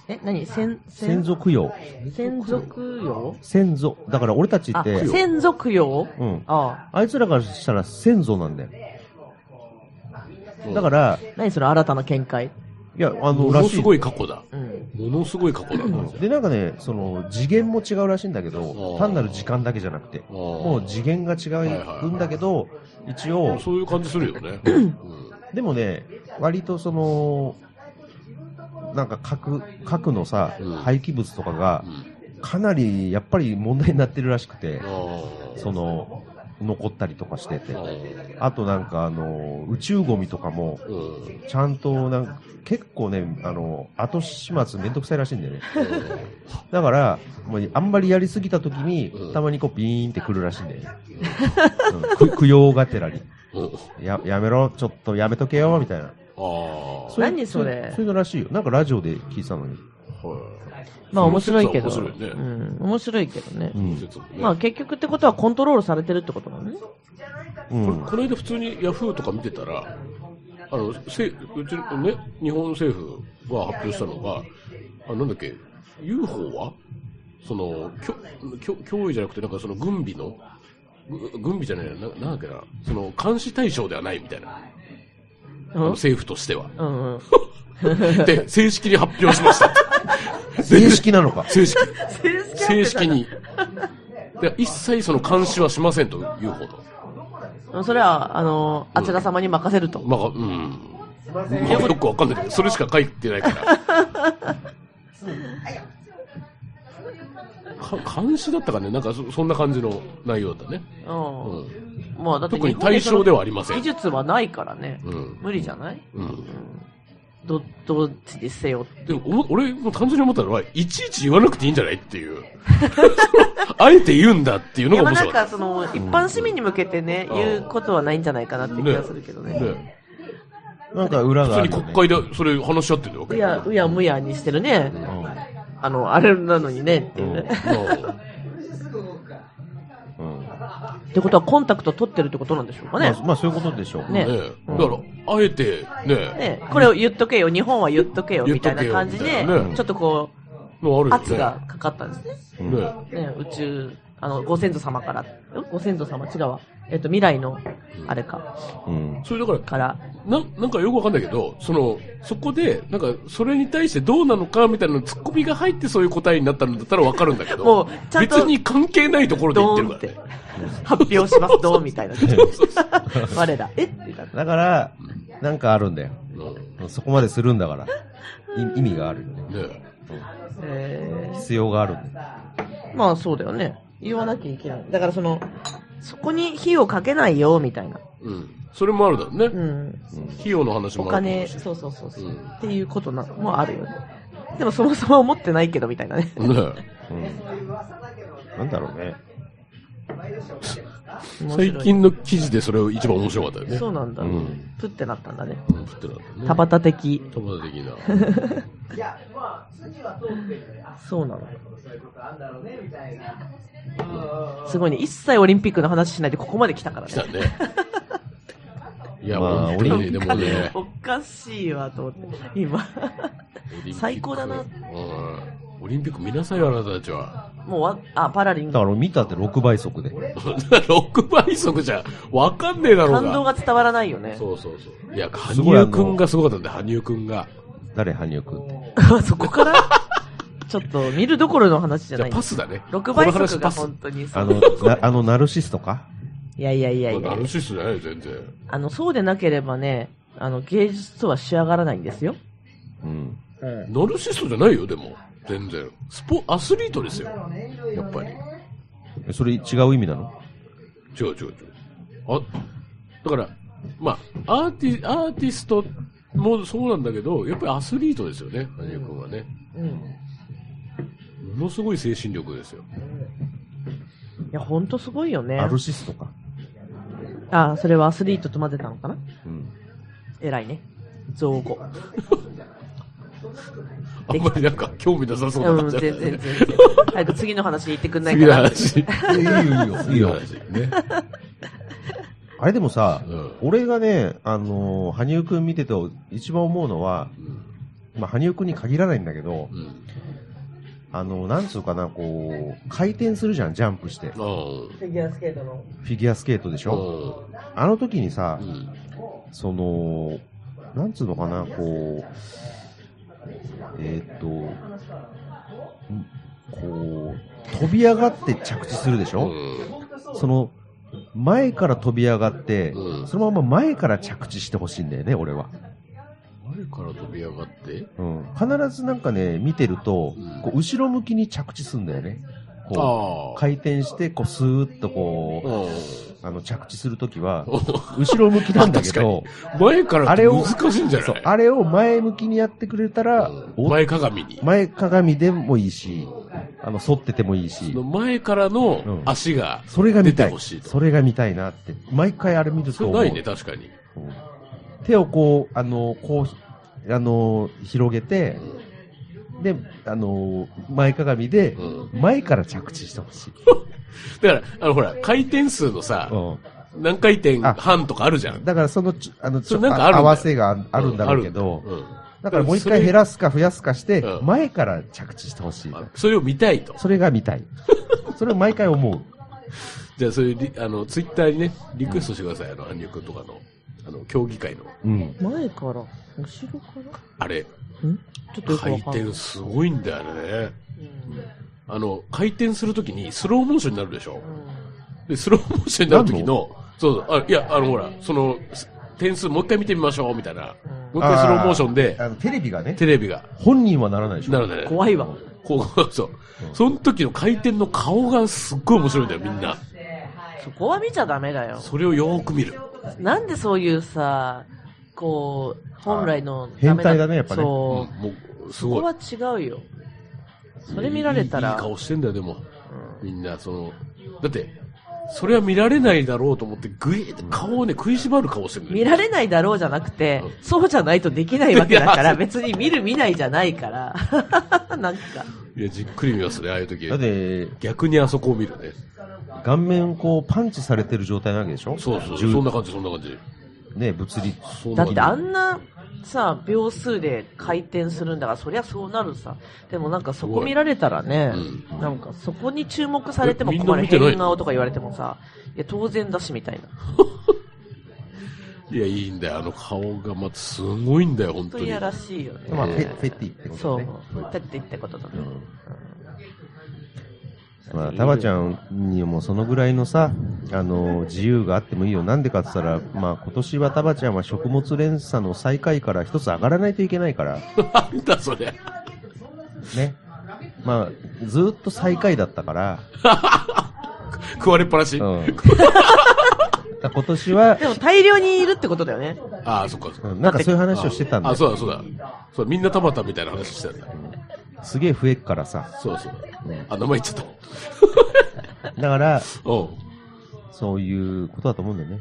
A: え、何先、
C: 先祖供養。
A: 先族用
C: 先祖。だから俺たちっ
A: あ、
C: て、
A: 先族用
C: うん。
A: あ
C: あいつらからしたら先祖なんだよ。だからら、
A: あ。何それ新たな見解。
C: いや、あの、
B: も
C: ら
B: の
C: し
B: す
C: い。
B: ごい過去だ。
A: うん。
B: ものすごい過去だな。
C: で、なんかね、その、次元も違うらしいんだけど
B: ー、
C: 単なる時間だけじゃなくて、も
B: も
C: う次元が違うんだけど、一応、
B: そういう感じするよね。うん。
C: でもね、割とその、なんか核、核のさ
B: うん、
C: 廃棄物とかが
B: う、ん
C: かなりやっぱり問題になってるらしくて
B: あ、ー
C: その、残ったりとかしてて
B: あ。ー
C: あとなんかあの、宇宙ゴミとかも、
B: うん
C: ちゃんとなんか、結構ね、あの、後始末めんどくさいらしいんだよね。だから、もうあんまりやりすぎた時に
B: う、ん
C: たまにこうビーンってくるらしいんだよね。うんく <laughs> 供養がてらに。
B: うん
C: や、やめろ、ちょっとやめとけよ、みたいな。
B: ああ。
C: ういう
A: 何それ
C: ういうそういうのらしいよ。なんかラジオで聞いてたのに。
B: はい
A: まあ面白いけど。
B: その説は面白いね
A: うん。面白いけどね。
C: うん。
B: 説もね
A: まあ結局ってことはコントロールされてるってことなのね。
C: <laughs> うん。
B: この間普通にヤフーとか見てたら、あの、せうちのね、日本政府が発表したのが、あなんだっけ、UFO はその、きょきょ脅威じゃなくて、なんかその軍備の、ぐ軍備じゃないな、ななんだっけな、その監視対象ではないみたいな、あの
A: う
B: 政府としては。
A: んうん。
B: で、正式に発表しました。
C: 正式なのか。
B: 正式。正
A: 正
B: 式に。で一切その監視はしませんと、UFO と。
A: それは、あの、あちら様に任せると。
B: まあ、うん。まあよくわかんないけど、それしか書いてないから。か監視だったかね、なんかそそんな感じの内容だったね。う
A: うん。
B: ん。
A: まあだって
B: 特に
A: 日本
B: 対象ではあり
A: その
B: ません
A: 技。術はないからね。
B: うん。
A: 無理じゃない
B: うん。
A: ど、どっちにせよ。
B: でも、おも俺も単純に思ったのは、いちいち言わなくていいんじゃないっていう。 <laughs> あえて言うんだっていう
A: い
B: の
A: や
B: が
A: まあ
B: 面
A: なんか
B: 白かっ
A: その、一般市民に向けてね、
B: うん
A: 言うことはないんじゃないかなって気がするけど
B: た。
A: ね。
B: ね
C: なんか裏
B: 普
C: があ
B: 通
C: る
B: に
C: よ、ね。
B: 国会でそれ話し合ってるわ
A: う
B: け。
A: や、うやむやにしてるね。あの、あれなのにね、っていうね。
B: うん
C: うん。うん。
A: ってことはコンタクト取ってるってことなんでしょうかね
C: ま。あ、まあそういうことでしょう。
A: ね
B: ねだから、あえて、ね
A: ね、これを言っとけよ、日本は言っとけよ、
B: 言
A: み
B: っと
A: た
B: け
A: い
B: よ
A: な感じで
B: みたいな、ね
A: ちょっとこう、
B: のあるよね。
A: 圧がかかったんです
C: うん
B: ね
A: ね。ね、宇宙、あの、ご先祖様から、んご先祖様違うわ。えっと、未来の、あれか、
C: うん。
B: それだから、
A: から、
B: ななんかよくわかんないけど、その、そこで、なんか、それに対してどうなのかみたいなツッコミが入ってそういう答えになったんだったらわかるんだけど、
A: もうちゃんと
B: 別に関係ないところで言
A: ド
B: っ
A: ー
B: てる
A: ン
B: か
A: っ
B: ら
A: て
B: ね。。
A: 発表し
B: <laughs>
A: ます、どうみたいな。我ら、えみたいな。
C: だから、なんかあるんだよ。そこまでするんだから。い意味があるよね。
B: ね
A: え
C: 必要があるんだよ。
A: ーまあそうだよね。言わなきゃいけない。だからその、そこに火をかけないよ、みたいな。
B: うん。それもあるだろうね。
A: うん。
B: 費用の話
A: お
B: もあるだ
A: 金、
B: ろうし。
A: そうそうそうそう、
B: うん
A: っていうことな、もあるよね。でもそもそも思ってないけど、みたいなね。
B: ね
C: うん。なんだろうね。
A: 面白い
B: 最近の記事でそれを一番面白かったよね。
A: そうなんだ。
C: うん
A: プってなったんだね。
B: うん。振ってなかったね。
A: 田畑的。
B: 田畑的な。
A: そうなの。すごいね。一切オリンピックの話しないでここまで来たから
B: 来
A: ね
B: た。ね。
A: <laughs>
B: いや、
C: まあ
B: 本当にね、で
C: オリンピック
B: もね。
A: おかしいわ、と思って。今。 <laughs> 最高だな
B: うん。オリンピック見なさいよ、あなたたちは。
A: もうわ、あ、パラリン
C: だ
A: ピッ
C: から見たって6倍速で。
B: 6倍速じゃ、わかんねえだ
A: ク。
B: ろうが。
A: 感動が伝わらないよね。
B: そうそうそう。いや、羽
C: すごいあ
B: 生
C: の
B: くんがすごかったんで、羽生くんが。
C: 誰、羽生くんって。
A: <laughs> そこからちょっと見るどころの話じゃ
B: じ
A: な
B: ゃあ
A: い。
B: パスだね。
A: 6倍
B: この話
A: 速
B: パ
A: が
B: ス。
A: 本当にそ
C: あ
A: う
C: の、なあの、ナルシストか
A: いやいやいやいや
B: ナ。ルシストじゃないよ、全然。
A: あの、そうでなければね、あの、芸術とは仕上がらないんですよ。
C: うん。
B: ナルシストじゃないよ、でも。全然。スポ、アスリートですよ。やっぱり。
C: えそれ違う意味なの
B: 違う違う違う。あ、だから、まあ、アーティ、アーティストもそうなんだけど、やっぱりアスリートですよね、羽生くんはね。
A: うん。
B: ものすごい精神力ですよ。
A: いや、ほんとすごいよね
C: ナ。ルシストか。
A: あ、それはアスリートと混ぜたのかな
C: うん。
A: 偉いね。造語。
B: あんまりなんか興味なさそうな
A: うん、
B: 感じ
A: 全
B: だ
A: 然
B: った
A: 全
B: ね。
A: 然。 <laughs> 早く次の話言ってくんない
B: 次
A: か
B: の
A: な。
B: 話。
C: いいよ、いいよ。いいよ。
B: ね。
C: あれでもさ、
B: うん
C: 俺がね、あのー羽生くん見てて一番思うのは、まあ、羽生くんに限らないんだけど、
B: うん。
C: あのーなんつうかな、こう、回転するじゃん、ジャンプして。
B: ああ。
A: フィギュアスケートの。
C: フィギュアスケートでしょ
B: う
C: あの時にさ、
B: ん。
C: その、なんつうのかな、こう、えーっと、んこう、飛び上がって着地するでし
B: う
C: ょ、
B: ん。
C: その、前から飛び上がって、
B: うん
C: そのまま前から着地してほしいんだよね、俺は。
B: 前から飛び上がって
C: うん、必ずなんかね、見てると、
B: うん
C: こう後ろ向きに着地するんだよね。こ
B: あ
C: う
B: あ。
C: 回転して、こう、スーッと
B: う
C: こ
B: ん
C: う、あの、着地すると
B: <laughs>
C: きは、
B: お
C: 後ろ向きなんだけど、
B: 前から
C: あ
B: って
C: れを、
B: 難しいんじゃない
C: そうあれを前向きにやってくれたら、
B: うん
C: お
B: 前かがみに。
C: 前かがみでもいいし、あの、反っててもいいし
B: の、前からの足が
C: それが
B: 出
C: 見
B: て
C: たい。
B: ほしいと。
C: それが見たいなって、毎回あれ見る
B: そ
C: と
B: れ
C: 思う。
B: ないね、確かに。
C: うん手をこう、あの、こう、あの、広げて、で、あの、前かがみで、
B: うん。
C: 前から着地してほしい。
B: だから、あの、ほら、回転数のさ、
C: う
B: 何回転半とかあるじゃん
C: ん。。だからそのちょ、あの、ち
B: そ
C: ょ
B: れなんかあるんだよ
C: 合わせがあるんだろうけど、
B: うん
C: だからもう一回減らすか増やすかして
B: う、ん
C: 前から着地してほしい。
B: あそれを見たいと。
C: それが見たい。それを毎回思う。
B: じゃあ、それリ、あの、ツイッターにね、リクエストしてください。あの、羽生くんとかの、あの、競技会の、
C: うん。
A: 前から、後ろか
B: あれ、
A: らんちょっとよく
B: 回
A: わかんない。
B: 転すごいんだよね。あの、回転するときにスローモーションになるでしょ
A: う。ん
B: で、スローモーションになるときの、そうそう、あ、いや、あの、ほら、その、す点数もう一回見てみましょう、みたいな。もう一回スローモーションで、
C: あの、テレビがね、
B: テレビが、
C: 本人はならないでしょ。
B: なるんだよね。
A: 怖いわ。
B: こう、そう。その時の回転の顔がすっごい面白いんだよ、みんな。
A: そこは見ちゃダメだよ。
B: それをよーく見る。
A: なんでそういうさ、こう、本来の
C: あ変態だね
A: ダメな
C: やっぱね
B: うん、
A: そう。
B: もう、す
A: そこ
B: ごい。
A: は違うよ。それ見られた
B: いいい
A: ら
B: い、顔してんだよ、でも。みんな、その、だって、それは見られないだろうと思って、ぐいって顔をね、食いしばる顔してる
A: 見ら
B: れ
A: れないだろうじゃなくて
B: う、
A: そうじゃないとできないわけだか
B: いや
A: ら、別に見る見ないじゃないから。 <laughs> なんか、
B: いや、じっくり見ますね、ああいう時
C: だ。って、
B: 逆にあそこを見るね。
C: 顔面こう、パンチされてる状態なわけでしょ
B: そうそう、
C: 重
B: そんな感じ、そんな感じ。
C: ね、物理。
B: そん
A: だ
B: な
A: っ
B: 感
A: て
B: じ
A: あんなさ、秒数で回転するんだから、そりゃそうなるさ。でもなんかそこ見られたらね、なんかそこに注目されても
B: えみんな
A: 困る
B: 見てない
A: 変顔とか言われてもさ、いや当然だしみたいな。
B: いや、いいんだよ、あの顔が、またすごいんだよ、本
A: 本当
B: 当
A: に
B: に。
A: やらしいよね。
C: まあ、フェフェティってこと
A: そう
C: ね。。
A: だって言ったことだね。
C: うんまあ、タバちゃんにもそのぐらいのさ、あの、自由があってもいいよ。なんでかって言ったら、まあ、今年はタバちゃんは食物連鎖の最下位から一つ上がらないといけないから、
B: なんだそれ。
C: ね。まあ、ずーっと最下位だったから、
B: 食われっぱなし。 <laughs>
C: うん。だから今年は、
A: でも大量にいるってことだよね。 <laughs>
B: ああ、そっかそっか。
C: うんなんかそういう話をしてたんだ
B: あ、
C: よ。
B: そうだそうだ。そう、みんなたまたみたいな話してたんだ。
C: すげえ増えっからさ。
B: そうそう。あ、名前言っちゃっ
C: だから、
B: た。うん。うん。
C: そういうことだと思うんだよね。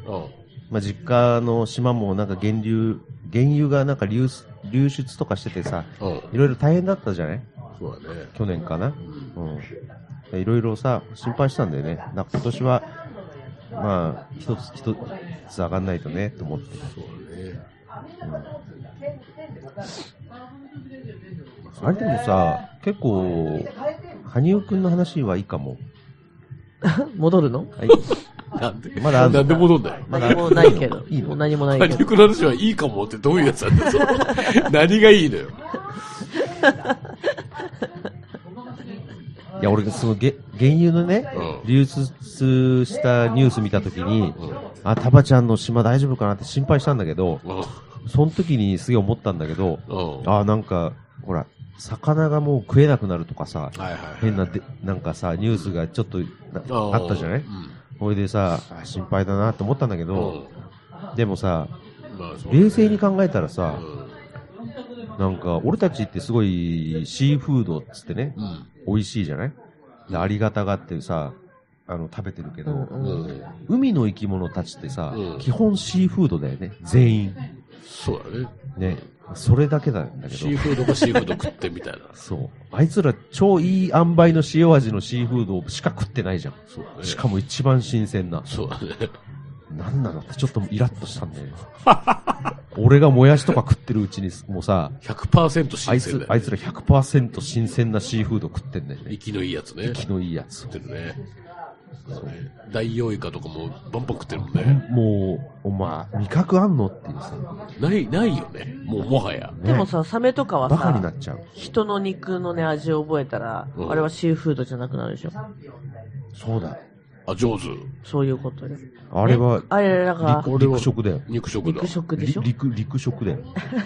C: まあ、実家の島もなんか源流、原油がなんか流出流出とかしててさ、
B: うん。
C: いろいろ大変だったじゃない
B: そうだね。
C: 去年かな。うん。いろいろさ、心配したんだよね。なんか今年は、まあ、一つ一つ上がんないとね、と思って。
B: そうだね。
C: あれでもさ、結構、羽生くんの話はいいかも。
A: 戻るの
C: はい。
B: なんで
C: まだあんの
B: なんで戻んだよ。
C: まだ
A: 何もないけど。
C: いいの
A: 何もない
B: パ
A: け
B: ニ
A: ど
B: ッ。クの話はいいかもってどういうやつなんだよその何がいいのよ。
C: いや、俺、その、げ原油のね、
B: うん
C: 流出したニュース見たときに、あ、タバちゃんの島大丈夫かなって心配したんだけど、
B: うん。
C: その時にすげえ思ったんだけど、
B: うん。は
C: あ、なんか、ほら、魚がもう食えなくなるとかさ、
B: いはい。
C: 変なで、なんかさ、ニュースがちょっとな
B: うん
C: あったじゃないほいでさ、あ心配だなと思ったんだけ
B: うん。う
C: ど、
B: ん
C: でもさ、
B: まあそう
C: 冷静に考えたらさ
B: う、ん
C: なんか、俺たちってすごいシーフードっつってね、
B: うん。
C: 美味しいじゃないでありがたがってさ、あの、食べてるけど、
A: うんうん
B: うん。
C: 海の生き物たちってさ、
B: うん
C: 基本シーフードだよね。全員。
B: そうだね。
C: ね。それだけなんだけ
B: シー
C: ど。
B: フードもシーフード食ってみたいな。
C: そう。あいつら超いい塩梅の塩味のシーフードしか食ってないじゃん。
B: そうだね。
C: しかも一番新鮮な。
B: そうだね。
C: なんなのってちょっとイラッとしたんだよね。 <laughs> 俺がもやしとか食ってるうちにもうさ、
B: 100%
C: あ
B: 新
C: い
B: 鮮
C: つ
B: だ、よ
C: あいつら100%新鮮なシーフード食ってんだよね
B: 生。きのいいやつね。
C: 気のいいやつを
B: 食ってるね。そうね。大洋イカとかもバンバン食ってるもん
C: うん
B: ね。
C: もう、お前、味覚あんのっていうさ、
B: ない、ないよね。もうもはや。
A: でもさ、サメとかは
C: バカにな
A: さ
C: っ、ちゃう。
A: 人の肉のね、味を覚えたら、
B: うん
A: あれはシーフードじゃなくなるでしょ。
C: そうだ。
B: あ、上手。
A: そういうことで。
C: あれは、
A: あれ、だから、
C: 陸陸食だよ。
B: 肉食だ
A: 肉。食でし
C: り
A: ょ
C: 陸、陸食だよ。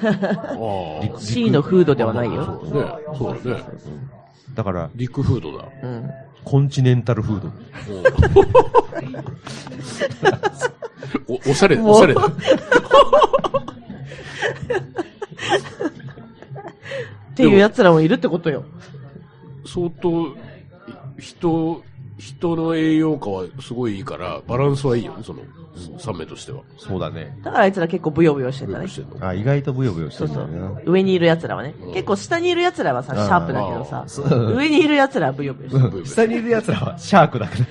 B: ああ。
A: ?C のフードではない
B: そ
A: よ。
B: うだね。そうだね。
C: だから、
B: 陸フードだ。
A: うん。
C: コンチネンタルフード。
B: おおおしゃれ、おしゃれだ。
A: っていう奴らもいるってことよ。
B: 相当、い人、人の栄養価はすごいいいから、バランスはいいよね、その、サメとしては。
C: そうだね。
A: だからあいつら結構ブヨブヨして
B: ブヨ
A: た
B: ブヨ
A: ね
B: し。てんの
C: あ、意外とブヨブヨし
A: そ
C: て
A: うん
C: だ
A: そ
C: よな
A: う。。上にいる奴らはね。結構下にいる奴らはさ、シャープだけどさ、上にいる奴らはブヨブヨして
B: ブヨブヨして
C: 下にいる奴らはシャークだか
A: る。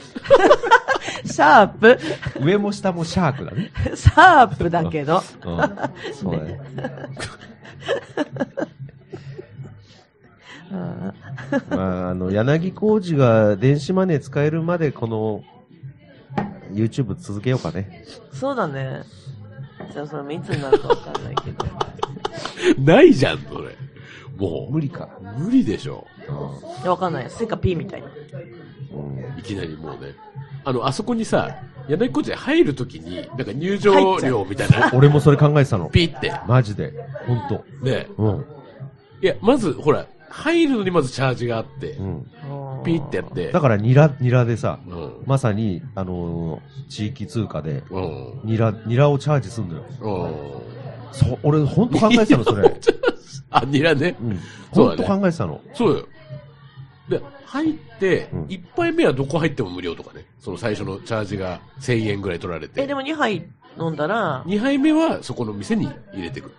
A: シャープ、 <laughs>
C: ら。上も下もシャークだね。
A: シャープだけど。
C: うん。そうだね。
A: うん
C: まあ、あの、柳工事が電子マネー使えるまで、この、YouTube 続けようかね。
A: そうだね。じゃあそれいつになるかわかんないけど。
B: ないじゃん、それ。も
C: 理か。
B: う、無理でしょ。
A: いやわかんない。スイカ P みたいな。
C: うん。
B: いきなりもうね。あの、あそこにさ、柳小路に入るときに、なんか入場料みたいな、
C: 俺もそれ考えてたの。
B: ピッて。
C: マジで。ほんと。
B: ね。
C: うん。
B: いや、まず、ほら、入るのにまずチャージがあって、
C: うん。
B: ピッてやって。
C: だから、ニラ、ニラでさ、
B: うん。
C: まさに、あのー地域通貨で、
B: うん。
C: ニラ、ニラをチャージすんのよ。
B: うん。
C: そう、俺、ほんと考えてたの、そ
B: <laughs>
C: れ。
B: あ、ニラね。
C: うん。
B: そう
C: ほ
B: だ
C: ん
B: ね
C: と考えてたの。
B: そうよ。で、入って
C: うん、
B: 一杯目はどこ入っても無料とかね。その最初のチャージが1000円ぐらい取られ
A: え、で
B: て。
A: も2杯飲んだら、
B: 二杯目はそこの店に入れてくる。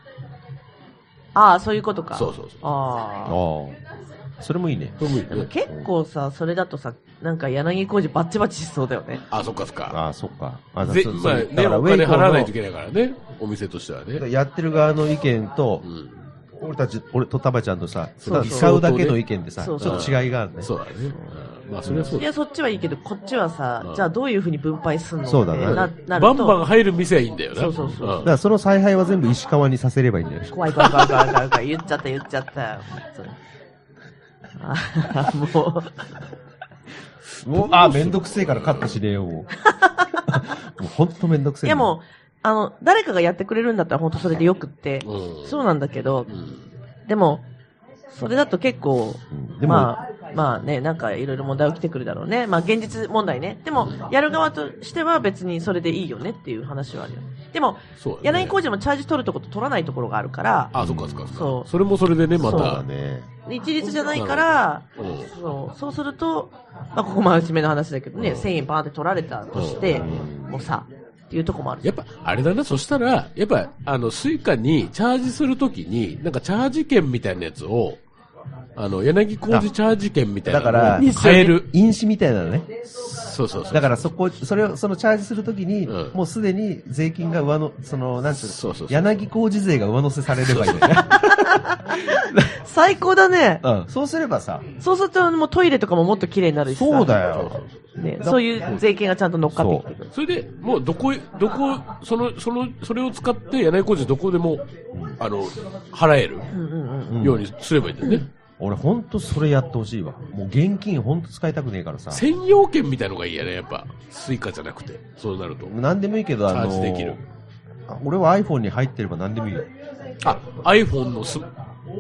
A: ああ、そういうことか。
B: そうそうそう。
A: ああ。
C: ああ。それもいいね。
B: それもいいね
A: 結構さ、それだとさ、なんか柳小路バッチバチしそうだよね。
B: あ、そっかそっか。
C: ああ、そっか。あ
B: ぜ
C: そう
B: まあ
C: そ
B: ね、
C: うだから
B: お金払わないとい
C: ウェ
B: け
C: イ
B: ないからね。お店としては
C: コーの
B: ね。
C: やってる側の意見と
B: う、ん。
C: 俺たち、俺とタバちゃんとさ、
A: そうそう
C: 使うだけの意見でさ、ち
A: そ
C: ょ
A: う
C: っ
A: そう
C: と違いがあるね。
B: そうだね。うんまあ、それはそう
A: い
B: だ
A: や、。そっちはいいけど、こっちはさ、
B: うん
A: じゃあどういう風に分配すんの
C: そうだね
A: ってななる
B: バ
A: と。
B: ンバン入る店はいいんだよな。
A: そうそうそうん
C: だからその采配は全部石川にさせればいいんだよ。
A: 怖い怖い怖い怖い怖い怖い。言っちゃった言っちゃった。本当にあーもう。
C: もう、あ、めんどくせえからカット
B: <laughs>
C: しねえよ、もう。もうほんとめんどくせ
A: い
C: え。
A: やもう、あの、誰かがやってくれるんだったら本当それでよくって、
B: うん。
A: そうなんだけど
B: う、ん。
A: でも、それだと結構、
C: うん。でも、
A: まあ、まあね、なんかいろいろ問題起きてくるだろうね。まあ現実問題ね。でも、やる側としては別にそれでいいよねっていう話はあるよ。でも、
B: そうだね
A: 柳工事もチャージ取るとこと取らないところがあるから、
B: あ、そっかそっかっか。
A: そう
B: それもそれでね、ま
C: そうだ
B: た。
C: ね。
A: 一律じゃないから、
B: うん
A: そうそうすると、まあ、ここも真面目な話だけどね、1000円バーンって取られたとして、もうさ、っていうとこもあるじゃ
B: やっぱ、あれだな、そしたら、やっぱ、あの、スイカにチャージするときに、なんかチャージ券みたいなやつを、あの、柳小路チャージ券みたいな
C: だから
B: のを買える。
C: 飲酒みたいなのね。
B: そうそうそう。
C: だからそこ、それを、そのチャージするときに、
B: うん
C: もうすでに税金が上の、その、なんつうの、
B: そうそうそう
C: 柳工事税が上乗せされればいいんだよ <laughs> ね。
A: ん。最高だね。
C: うん。そうすればさ、
A: そうするともうトイレとかももっと綺麗になるしさ。
C: そうだ
B: そうそう
C: よ。
A: ね、そういう税金がちゃんと乗っかってきてくる。
B: それで、もうどこへ、どこ、その、その、それを使って、柳小路どこでも、あの、払える
A: うんうんうん。
B: ようにすればいいんだよね。
C: 俺ほんとそれやってほしいわ。もう現金ほんと使いたくねえからさ。
B: 専用券みたいのがいいやね、やっぱ。スイカじゃなくて。そうなると。
C: なんでもいいけど、あの
B: チャージできる
C: 俺は iPhone に入ってれば何でもいいよ。
B: あ、iPhone のス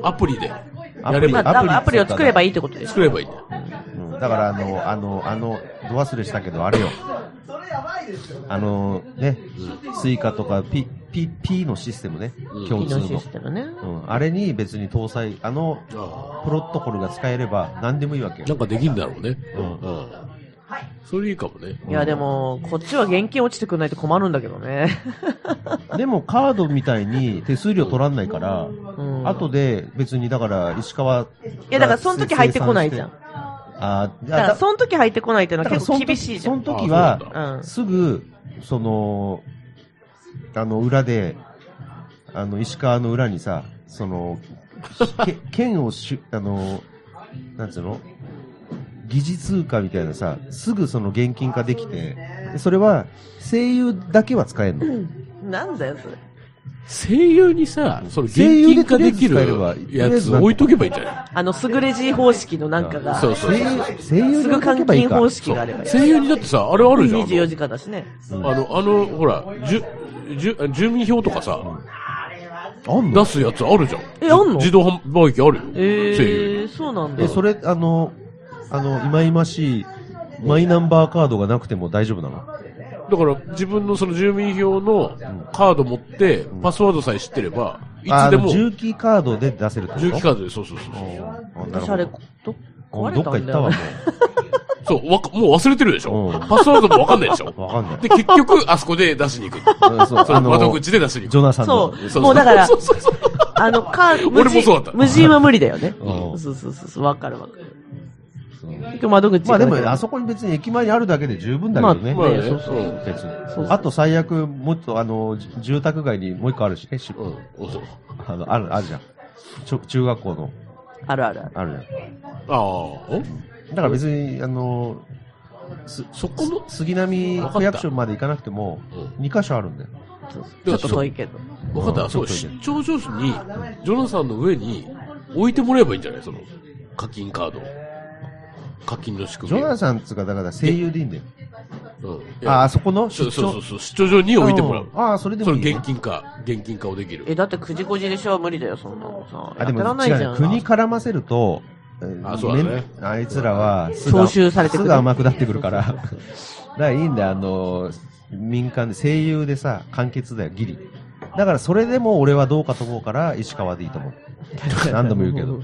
B: アプリで、やれ
A: ま
B: ば
A: あ、多分アプリを作ればいいってことでしょ
B: 作。ればいいんだよ。
C: うんだからあの、あの、あの、ど忘れしたけど、あれよ。あの、ね、スイカとか P、P、P のシステムね
B: う。ん
C: 共
A: 機
C: 通
A: 能シ
C: の
A: ス。テムね。
C: うん。あれに別に搭載、あの、
B: あ
C: プロトコルが使えれば何でもいいわけ
B: あな
C: よ。
B: んかできんだろうね。
C: う
B: うんん。それいいかもね。
A: いや、でも、こっちは現金落ちてくんないと困るんだけどね。
C: でもカードみたいに手数料取らんないから、
A: うん。
C: 後で別にだから石川。い
A: やだからその時入ってこないじゃん。
C: あー
A: だから、
C: だ
A: その時入ってこないっていうのは結構厳しいじゃん。
C: その時
B: あそう
A: なん
C: は、
A: だ
C: すぐ、その、あの、裏で、あの、石川の裏にさ、その、け <laughs> 剣をしゅ、あの、なんつうの疑似通貨みたいなさ、すぐその現金化できて、でそれは、声優だけは使えるの。
A: なんだよ、それ。
B: 声優にさ、その現
C: 声優
B: 金
C: でと
B: 化
C: りあえ
B: で
C: ず
B: きる
C: 使えれば
B: やつ置いとけばいいんじゃない
A: あの、優れ字方式のなんかが、
B: そう
A: す
B: そう
C: 声優
B: そう。、
C: 声優
A: ぐ
C: で書け
A: 換
C: ばいい
A: 金
C: か
A: 方。式があればいい。
B: 声優にだってさ、あれあるじゃん。
A: 24時間だしね。
B: あの、あの、ほら、じゅ、じゅ、あ住民票とかさ、
C: あんの
B: 出すやつあるじゃん。
A: えあんの
B: 自動販売機あるよ。声
A: え
B: 優
A: ー、そうなんだ
C: え、。それ、あの、あの、いまいましい、マイナンバーカードがなくても大丈夫なの
B: だから、自分のその住民票のカード持って、パスワードさえ知ってれば、い
C: あ
B: つでも、
C: あの
B: 重
C: 重機カードで出せるってこと
B: 機カードで、そうそうそうそう。
C: あなる
A: 私
C: ほ
A: あれ、
C: ど
A: ど、壊
C: あ
A: れ
C: どっか
A: た
C: 行っ
A: んだ
C: た
A: よ
C: わ、も
A: ね。
B: そう、わか、もう忘れてるでしょ、
C: うん
B: パスワードもわかんないでしょ
C: う。わかんない。
B: で、結局、あそこで出しに行く。
C: うん <laughs> そ
B: <laughs>
C: う
B: その窓口で出しに行
C: ジョ
B: く。
C: ナサンの。
A: そうもうだから
B: そうそうそう。
A: あの、カード、
B: 俺もそうだった
A: 無人は無理だよね。
C: うん
A: そうそうそうそう、わかるわかる。
C: うん
A: 結局窓口
C: まあでも、あ
A: あ
C: そこに別に駅前にあるだけで十分だけどね。
A: まあね
B: そうそう
C: 別
A: そう
C: に。あと最悪、もっとあの、じ住宅街にもう一個あるしね、し
B: うん、そう
C: あの、ある、あるじゃん。ちょ中学校の、
A: るあるある。
C: あるじ
B: ああ、ん
C: ゃん。だから別に、あの、す
B: そこも、
C: 杉並
B: わかった
C: 区役所まで行かなくても、2カ所あるんだよ。
A: そうそうちょっと遠いけど。
B: 分かっ
C: う
B: た、
C: ん
B: そう、
C: ちょっと
B: 出張上司に、ジョナサンの上に置いてもらえばいいんじゃないその、課金カードを。課金の仕組
C: ジ
B: み
C: ョ
B: を。
C: ナサンっつうか、だから声優でいいんだよ。
B: うんいや
C: あ、あそこの
B: そ
C: 出
B: うそう
C: 張
B: そうそう、出張上に置いてもらう。
C: ああ、それで
B: そ
C: も
B: の
C: いいね、
B: 現金化、現金化をできる。
A: え、だってくじこじでしょ無理だよ、そんなのさ。
C: あ、でも
A: やってらない
C: 違
A: じ
C: う
A: ゃ
C: ね
A: ん。。
C: 国絡ませると、え
B: あそうだね
C: めんあいつらは、す
A: 徴収されてく
C: す
A: る
C: ぐ甘くなってくるから。だからいいんだよ、あの、民間で、声優でさ、完結だよ、ギリ。だからそれでも俺はどうかと思うから、石川でいいと思う。何度も言うけど。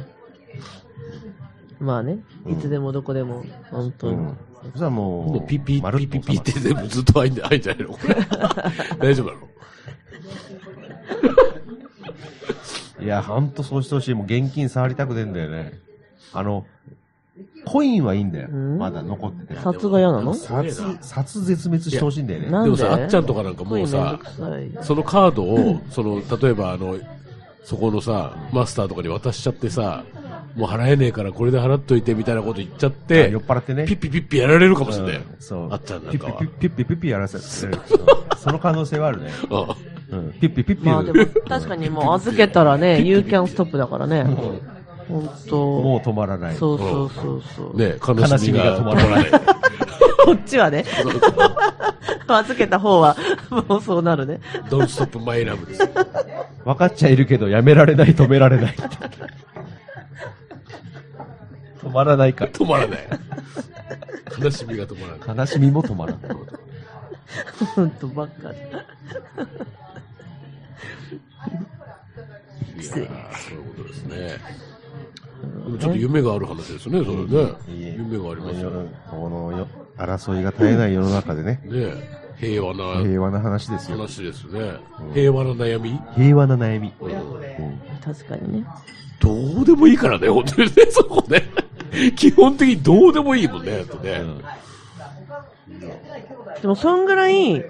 A: まあね、
C: うん
A: いつでもどこでも、本当
C: う
A: に。
C: ん。そしたらも
B: も
C: う、
B: うピピ
C: ま
B: ッ
C: る
B: ピ
C: っと
B: ピピって全部ずっと入んじゃないんじゃないの
C: <laughs>
B: これ大丈夫なの
C: いや、ほんとそうしてほしい。もう現金触りたくねえんだよね。あの、コインはいいんだよ。
A: うん
C: まだ残ってて。
A: 札が嫌なの
B: でも
C: 殺、殺絶滅してほしいんだよね。
A: なん
B: で
A: で
B: もさ、あっちゃんとかなんかもう
A: めんど
B: さ
A: く、さい
B: そのカードを、その、例えばあの、そこのさ、マスターとかに渡しちゃってさ、もう払えねえからこれで払っといてみたいなこと言っちゃって、
C: 酔っ払ってね。
B: ピッピピッピやられるかもしれないよ
C: うん。そう。
B: あっちゃんなんかは
C: ピ。ッピピッピピッピやらせられる。その可能性はあるね。
B: あ
C: うん。ピッピピッピ。 <laughs>
A: まあでも、確かにもう預けたらね、You can stop だからね。本当。
D: もう止まらない。
A: そうそうそうそう。
B: ね、悲
D: 悲
B: し
D: し
B: み
D: み
B: が
D: が
B: 止
D: 止
B: ま
D: ま
B: ら
D: ら
B: な
D: ないい。
A: こっちはね、 <laughs> 預けた方は、もうそうなるね。
B: Don't stop my love です。
D: 分かっちゃいるけど、やめられない、止められないって。止まらないか。
B: 止まらない。悲しみが止まらない。
D: 悲しみも止まらない。
A: ほんとばっかり。
B: いやーそういうことですね。でもちょっと夢がある話ですね、それね。夢がありますよね。
C: このよ争いが絶えない世の中でね、
B: 平和な
C: 平和な話ですよ。
B: 話ですね。平和な悩み
C: 平和な悩み。うん
A: 確かにね。
B: どうでもいいからね、本当にね、 <laughs> そこね。基本的にどうでもいいもんね、あとね。
A: でも、そんぐらい、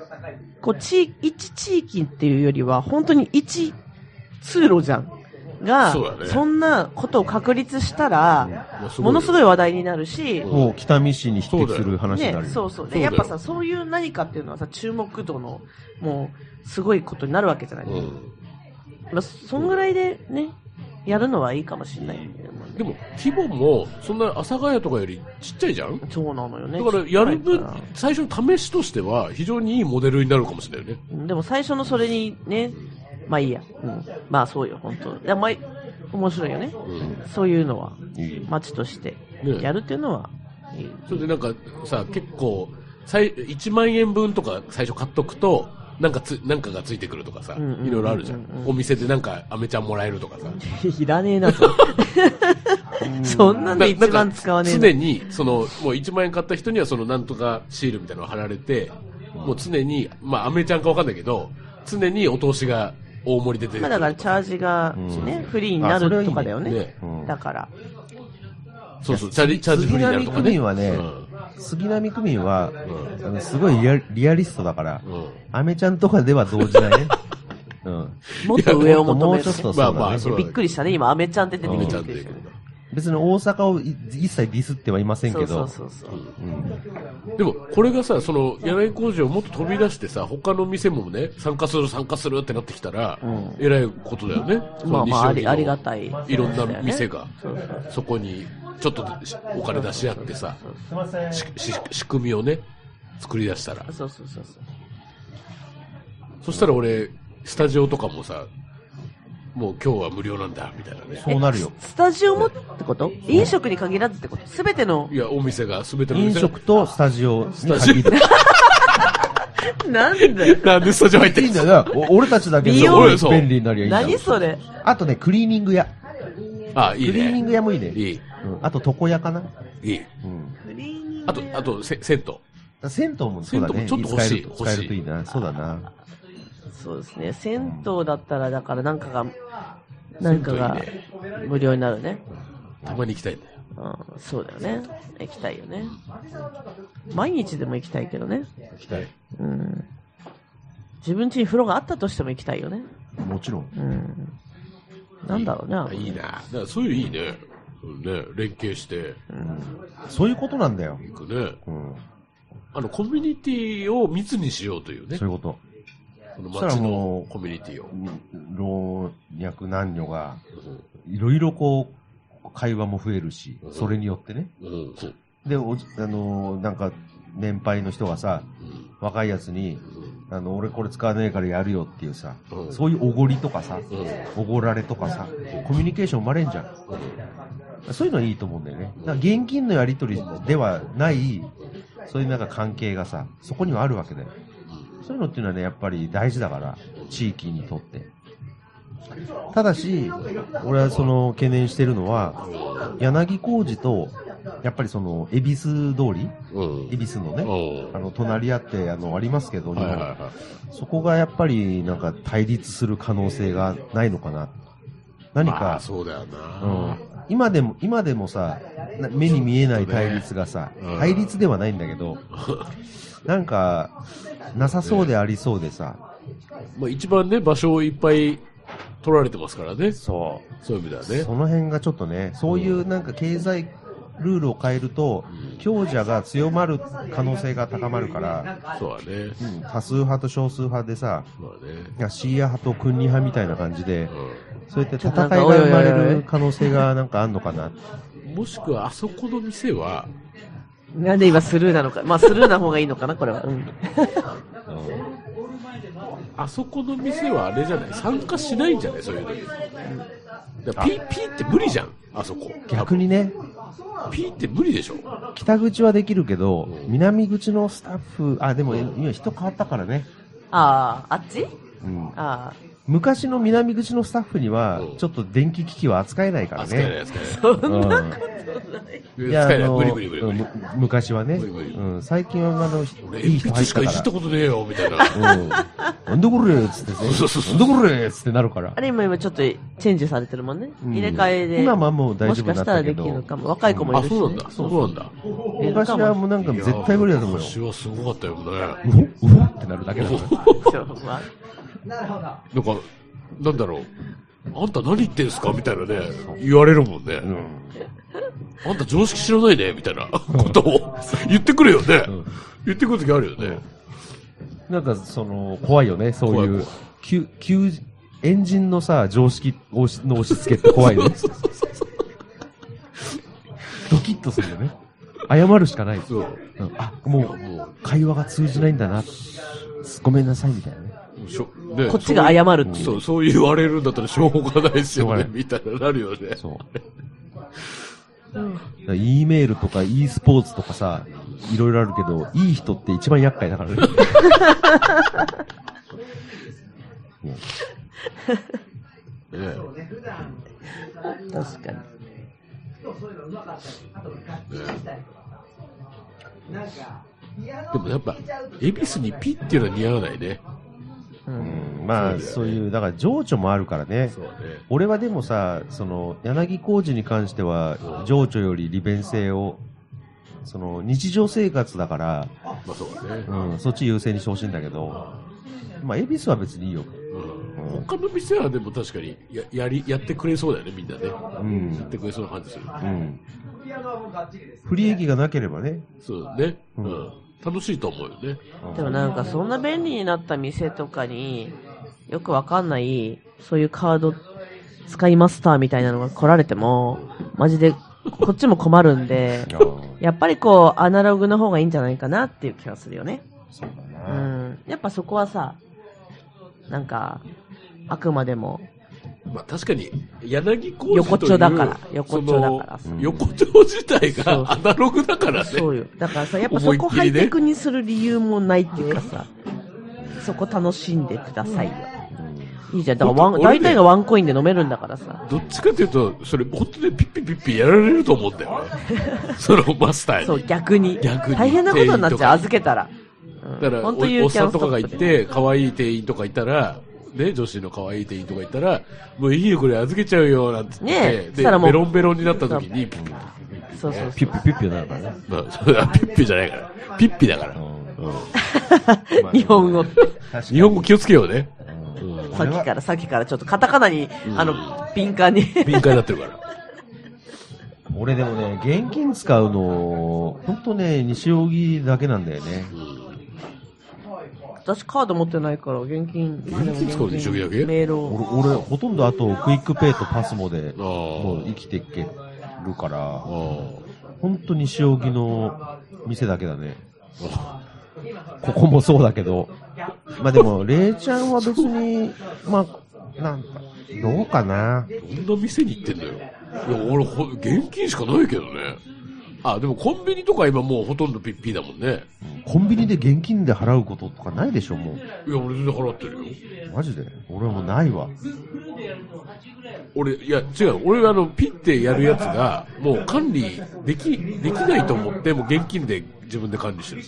A: こう、地域、一地域っていうよりは、本当に一通路じゃん。が、
B: そうだね
A: んなことを確立したら、
B: まあ
A: ものすごい話題になるし、
C: もう北見市に匹敵する話にな
A: ね、
C: るよ。
A: そうそう。
B: そう
A: で、
B: だ
A: や
B: よ
A: っぱさ、そういう何かっていうのはさ、注目度の、もう、すごいことになるわけじゃない、
B: うん
A: まあ、そんぐらいでね、やるのはいいかもしれないけどね
B: でも、規模も、そんな阿佐ヶ谷とかよりちっちゃいじゃん
A: そうなのよね。
B: だから、やる
A: ちっちゃいか
B: 分、最初の試しとしては、非常にいいモデルになるかもしれないよね。
A: らでも最初のそれにね、まあいいや。うん。まあそうよ、本当いや、まあ、面白いよね。
B: うん。
A: そういうのは、
C: いい
A: 街として、
B: ね
A: やるっていうのは、いい。
B: それでなんか、さ、結構、最1万円分とか最初買っとくと、なんかつ、なんかがついてくるとかさ、
A: んうんうんうん
B: いろいろあるじゃん。お店でなんか、飴ちゃんもらえるとかさ。
A: <laughs> いらねえな、それ <laughs> そんなんで一番使わねえ
B: 常
A: な。
B: に、その、もう1万円買った人には、その、なんとかシールみたいなのが貼られて、もう常に、まあ、アメちゃんかわかんないけど、常にお通しが大盛りで出て
A: まあだからチャージがね、フリーになるとかだよね。
B: ね。
C: うん
A: だから。
B: そうそう、チャージ、チャージフリーになるとかね。
C: 杉並区民はね
B: うん
C: 杉並区民は、あのすごいリアリアリストだから、
B: うん
C: アメちゃんとかでは動じないね。うん。
A: もっと上を求め
C: もうちょ
A: る
C: っと
A: ね。
C: そうだね
B: まあまあそうだね
A: びっくりしたね、今、アメちゃんって出て
B: アメ
A: き
B: ち
A: て
B: ゃ
A: る
B: ん
A: ん
B: で
A: で
B: い
A: す
B: く
A: よね
B: んだ
C: 別に大阪をい一切ディスってはいません
A: そ
C: け
A: うそ
C: ど
A: う、そうそう。
B: でも、これがさ、その、柳工事をもっと飛び出してさ、他の店もね、参加する、参加するってなってきたら、えらいことだよね。
A: まあまあ、ありありが
B: い。
A: たい。
B: いろんな店が、
A: そうそう。
B: そこに、ちょっとしお金出し合ってさ、しし仕組みをね、作り出したら。
A: そうそうそうそう。
B: そしたら俺、スタジオとかもさ、もう今日は無料なんだ、みたいなね。
C: そうなるよ。
A: スタジオもってこと飲食に限らずってことすべての
B: い、や、お店が、すべての
C: 飲
B: 店が。
C: 食とスタジオに限る。
A: なんだよ。
B: なんでスタジオ入って
C: い
B: ん
C: いん
B: の
C: だよな。お俺たちだけ
A: 美
C: で
A: 容
C: 俺便利になりゃいいんだよ
A: 何それ
C: あとね、クリーニング屋。
B: あ、いい
C: クリーニ
B: ね。
C: ング屋もいいね。
B: いい。
C: うんあと床屋かな。
B: いい。
C: うん。
A: クリーニング
B: あと、あと、せ銭湯。
C: 銭湯もそうだね。
B: 銭湯もちょっと欲しい
C: 使える使えるといいな。そうだな。
A: そうですね。銭湯だったら、だからなんかが、なんかが
B: 銭湯い
A: 無料になるね。
B: たまに行きたいんだよ。
A: うん、そうだよね。行きたいよね。毎日でも行きたいけどね。
C: 行きたい。
A: うん。自分家に風呂があったとしても行きたいよね。
C: もちろん。
A: うん。なんだろうね。あの
B: いいな。だからそういういいね。うんね、連携して
C: そういうことなんだよ。
B: いくね。
C: うん。
B: あの、コミュニティを密にしようというね。
C: そういうこ
B: こ
C: と。
B: の
C: そし
B: 街
C: たらも
B: の
C: う
B: コミュニティを。
C: 老若男女が、いろいろこう、会話も増えるし、それによってね。
B: うん。そう
C: で、おじあのーなんか、年配の人がさ、若いやつに、あの、俺これ使わねえからやるよっていうさ、
B: うん
C: そういうおごりとかさ、
B: う
C: おごられとかさ、コミュニケーション生まれんじゃん。そういうのはいいと思うんだよね。だから現金のやり取りではない、そういうなんか関係がさ、そこにはあるわけだよ。そういうのっていうのはね、やっぱり大事だから、地域にとって。ただし、俺はその懸念してるのは、柳小路と、やっぱりその、恵比寿通り
B: うん。
C: 恵比寿のね
B: う、ん
C: あの、隣り合って、あの、ありますけど、
B: はいはい
C: 日本
B: は
C: そこがやっぱり、なんか対立する可能性がないのかな。
B: い。
C: 何
B: まあ、
C: か、
B: そうだよ
C: う
B: な。
C: ん、今でも、今でもさ、な目に見えない対立がさ、
B: うん
C: 対立ではないんだけど、なんか、なさそうでありそうでさ、
B: まあ、一番ね、場所をいっぱい取られてますからね。
C: そ
B: そういう意味
C: う。
B: ではね。
C: その辺がちょっとね、そういうなんか経済ルールを変えると、強者が強まる可能性が高まるから、
B: そうだね。
C: うん多数派と少数派でさ、
B: まあね。
C: いやシーア派とクンニ派みたいな感じで
B: う、ん。
C: そういった戦いが生まれる可能性がなんかあんのかな。
B: もしくは、あそこの店は、
A: なんで今スルーなのか。まあスルーな方がいいのかな、これは。
C: <laughs>
A: うん。
B: あそこの店はあれじゃない参加しないんじゃないそういうのに。だからピーピーって無理じゃん、あそこ。
C: 逆にね、
B: ピーって無理でしょ。
C: 北口はできるけど、南口のスタッフ、あ、でも今人変わったからね。
A: ああ、あっち
C: うん、
A: ああ。
C: 昔の南口のスタッフには
B: うん、
C: ちょっと電気機器は扱えないから
B: 扱えない、
C: ね。
B: 扱えない。
C: うん
B: <laughs>
C: いや
B: 使えな
C: あ
B: い。
C: の
B: 無理無理無理無理。
C: うんむ昔はね。
B: 無理無理
C: うん、最近は、あの、
B: 俺、
C: い
B: 鉛
C: い人
B: 筆
C: 入っ
B: しか
C: た
B: い
C: か
B: じっ
C: ら
B: た。ことねえよ、みたいな。
C: うんなんでこれっつってね。
B: <laughs> そうそうそう
C: なんでこれっつってなるから
A: あ。れ今今ちょっとチェンジされてるもんね。
C: うん
A: 入れ替えで。
C: 今はもう大
A: も
C: 丈
A: し
C: 夫
A: か
C: にな
A: し
C: った
A: ら
C: た
A: で
C: け
A: き
C: ど。
A: るかも。若い子もい
B: あ、
A: るし、ね。
B: そうなんだ。そうなんだ。
A: いる
C: 昔
A: かも
C: はもうなんか絶対無理だと思うよ。
B: 昔はすごかったよね。
C: うおうおってなるだけだから。
A: そうまあ
B: なんか、なんだろう。あんた何言ってんすかみたいなね、言われるもんね。あんた常識知らないねみたいなことを言ってくるよね。言ってくるときあるよね。
C: なんかその、怖いよね、そう
B: 怖
C: い。
B: いう
C: 急、急、エンジンのさ、常識を押しの押し付けって怖いよね。ドキッとするよね。謝るしかない。
B: そう。
C: うんあ、もう、もう会話が通じないんだな。ごめんなさい、みたいなね。
B: しょね
A: こっちが謝るっていう。
B: そう、そう言われるんだったらしょうがないですよ
C: しょうが
B: ね
C: な、い
B: みたいななるよね。
C: そう。だから E メールとか e スポーツとかさ、いろいろあるけど、いい人って一番厄介だからね。
B: ね
A: 確かに。
B: でもやっぱ、恵比寿にピっていうのは似合わないね。
C: うんまあ、そういう、だから情緒もあるからね。
B: そうね。
C: 俺はでもさ、その、柳小路に関しては、情緒より利便性を、その、日常生活だから、
B: まあそうだね。
C: うん、そっち優先にしてほしいんだけど、まあ、恵比寿は別にいいよ。
B: うん他の店はでも確かにややりやってくれそうだよね、みんなね。
C: ん
B: やってくれそうな感じする。
C: うん。不利益がなければね。
B: そうだね。うん。楽しいと思うよね。
A: でもなんかそんな便利になった店とかによくわかんないそういうカード使いマスターみたいなのが来られてもマジでこっちも困るん <laughs> でやっぱりこうアナログの方がいいんじゃないかなっていう気がするよね
C: そうだ
A: う
C: な。
A: んやっぱそこはさなんかあくまでも
B: まあ確かに、柳小路という
A: 横丁だから横丁だから
B: その横丁自体がアナログだからね。
A: そうよだからさやっぱ
B: 思
A: そ
B: いっ
A: こ
B: きりね
A: ハイテクにする理由もないっていうかさそこ楽しんでくださいよいいじゃんだからワン
B: 俺ね
A: 大体がワンコインで飲めるんだからさ
B: どっちかというと、それ本当にピッピピッピやられると思うんだよね。そのマスターに。
A: そう、逆に。
B: 逆に
A: 大変なことになっちゃう、
B: 店員とか
A: 預けたら。
B: だから
A: 本当
B: お、おっさんとかがい
A: で。
B: て、可愛い店員とかいたら、ね、女子の可愛い店員とかいたら、もういいよ、これ預けちゃうよ、なんつって。
A: ねえそし
B: で、
A: たらもう
B: ベロンベロンになった時に、ピッピ
A: そうそうそう。
C: ピュッピュッピュッなるからね。
B: まあ、それはピッピじゃないから。ピッピだから。
C: うん
A: 日本語。
B: 日本語気をつけようね。
A: さっきから、さっきからちょっとカタカナに、あの、敏感に。
B: 敏感になって
A: <laughs>
B: るから。
C: 俺でもね、現金使うの、ほんとね、西荻だけなんだよね。
A: 私カード持ってないから、現金。
B: 現金使うの一緒だけ
A: メールを。
C: 俺、俺ほとんどあと、クイックペイとパスモで、
B: ああ
C: もう生きていけるから、
B: ああ。
C: 本当に西荻の店だけだね。ここもそうだけど。まあでも、レイちゃんは別に、まあ、なんか、どうかな。
B: どんな店に行ってんだよ。いや、俺ほ、現金しかないけどね。あ、でもコンビニとか今もうほとんどピッピーだもんね。
C: コンビニで現金で払うこととかないでしょ、もう。
B: いや、俺全然払ってるよ。
C: マジで。俺はもうないわ。
B: 俺、いや、違う。俺、あの、ピッてやるやつが、もう管理でき、できないと思って、もう現金で自分で管理してる。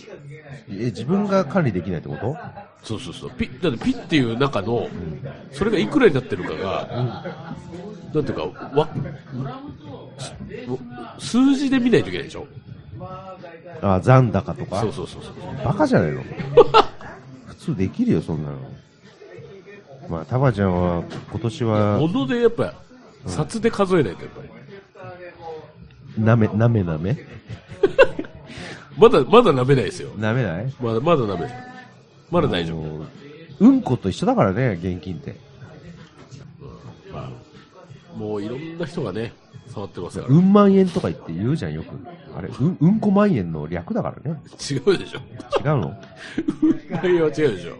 C: え、自分が管理できないってこと
B: そうそうそう。ピだってピっていう中の、それがいくらになってるかが、なんていうか、わ、す数字で見ないといけないでしょ。
C: あ、残高とか
B: そう。そうそうそう。
C: バカじゃない <laughs> の普通できるよ、そんなの。まあ、タバちゃんは、今年は、
B: 物でやっぱ、札で数えないとやっぱり。
C: なめ、なめなめ
B: まだ、まだ舐めないですよ。
C: なめない
B: まだ、まだ舐めない。まだ大丈夫。
C: うんこと一緒だからね、現金って。
B: まあ、もういろんな人がね、触ってますから。
C: うん万円とか言って言うじゃん、よく。あれ、うん、うんこ万円の略だからね。
B: 違うでしょ。
C: 違うの。
B: 内容は違うでしょ。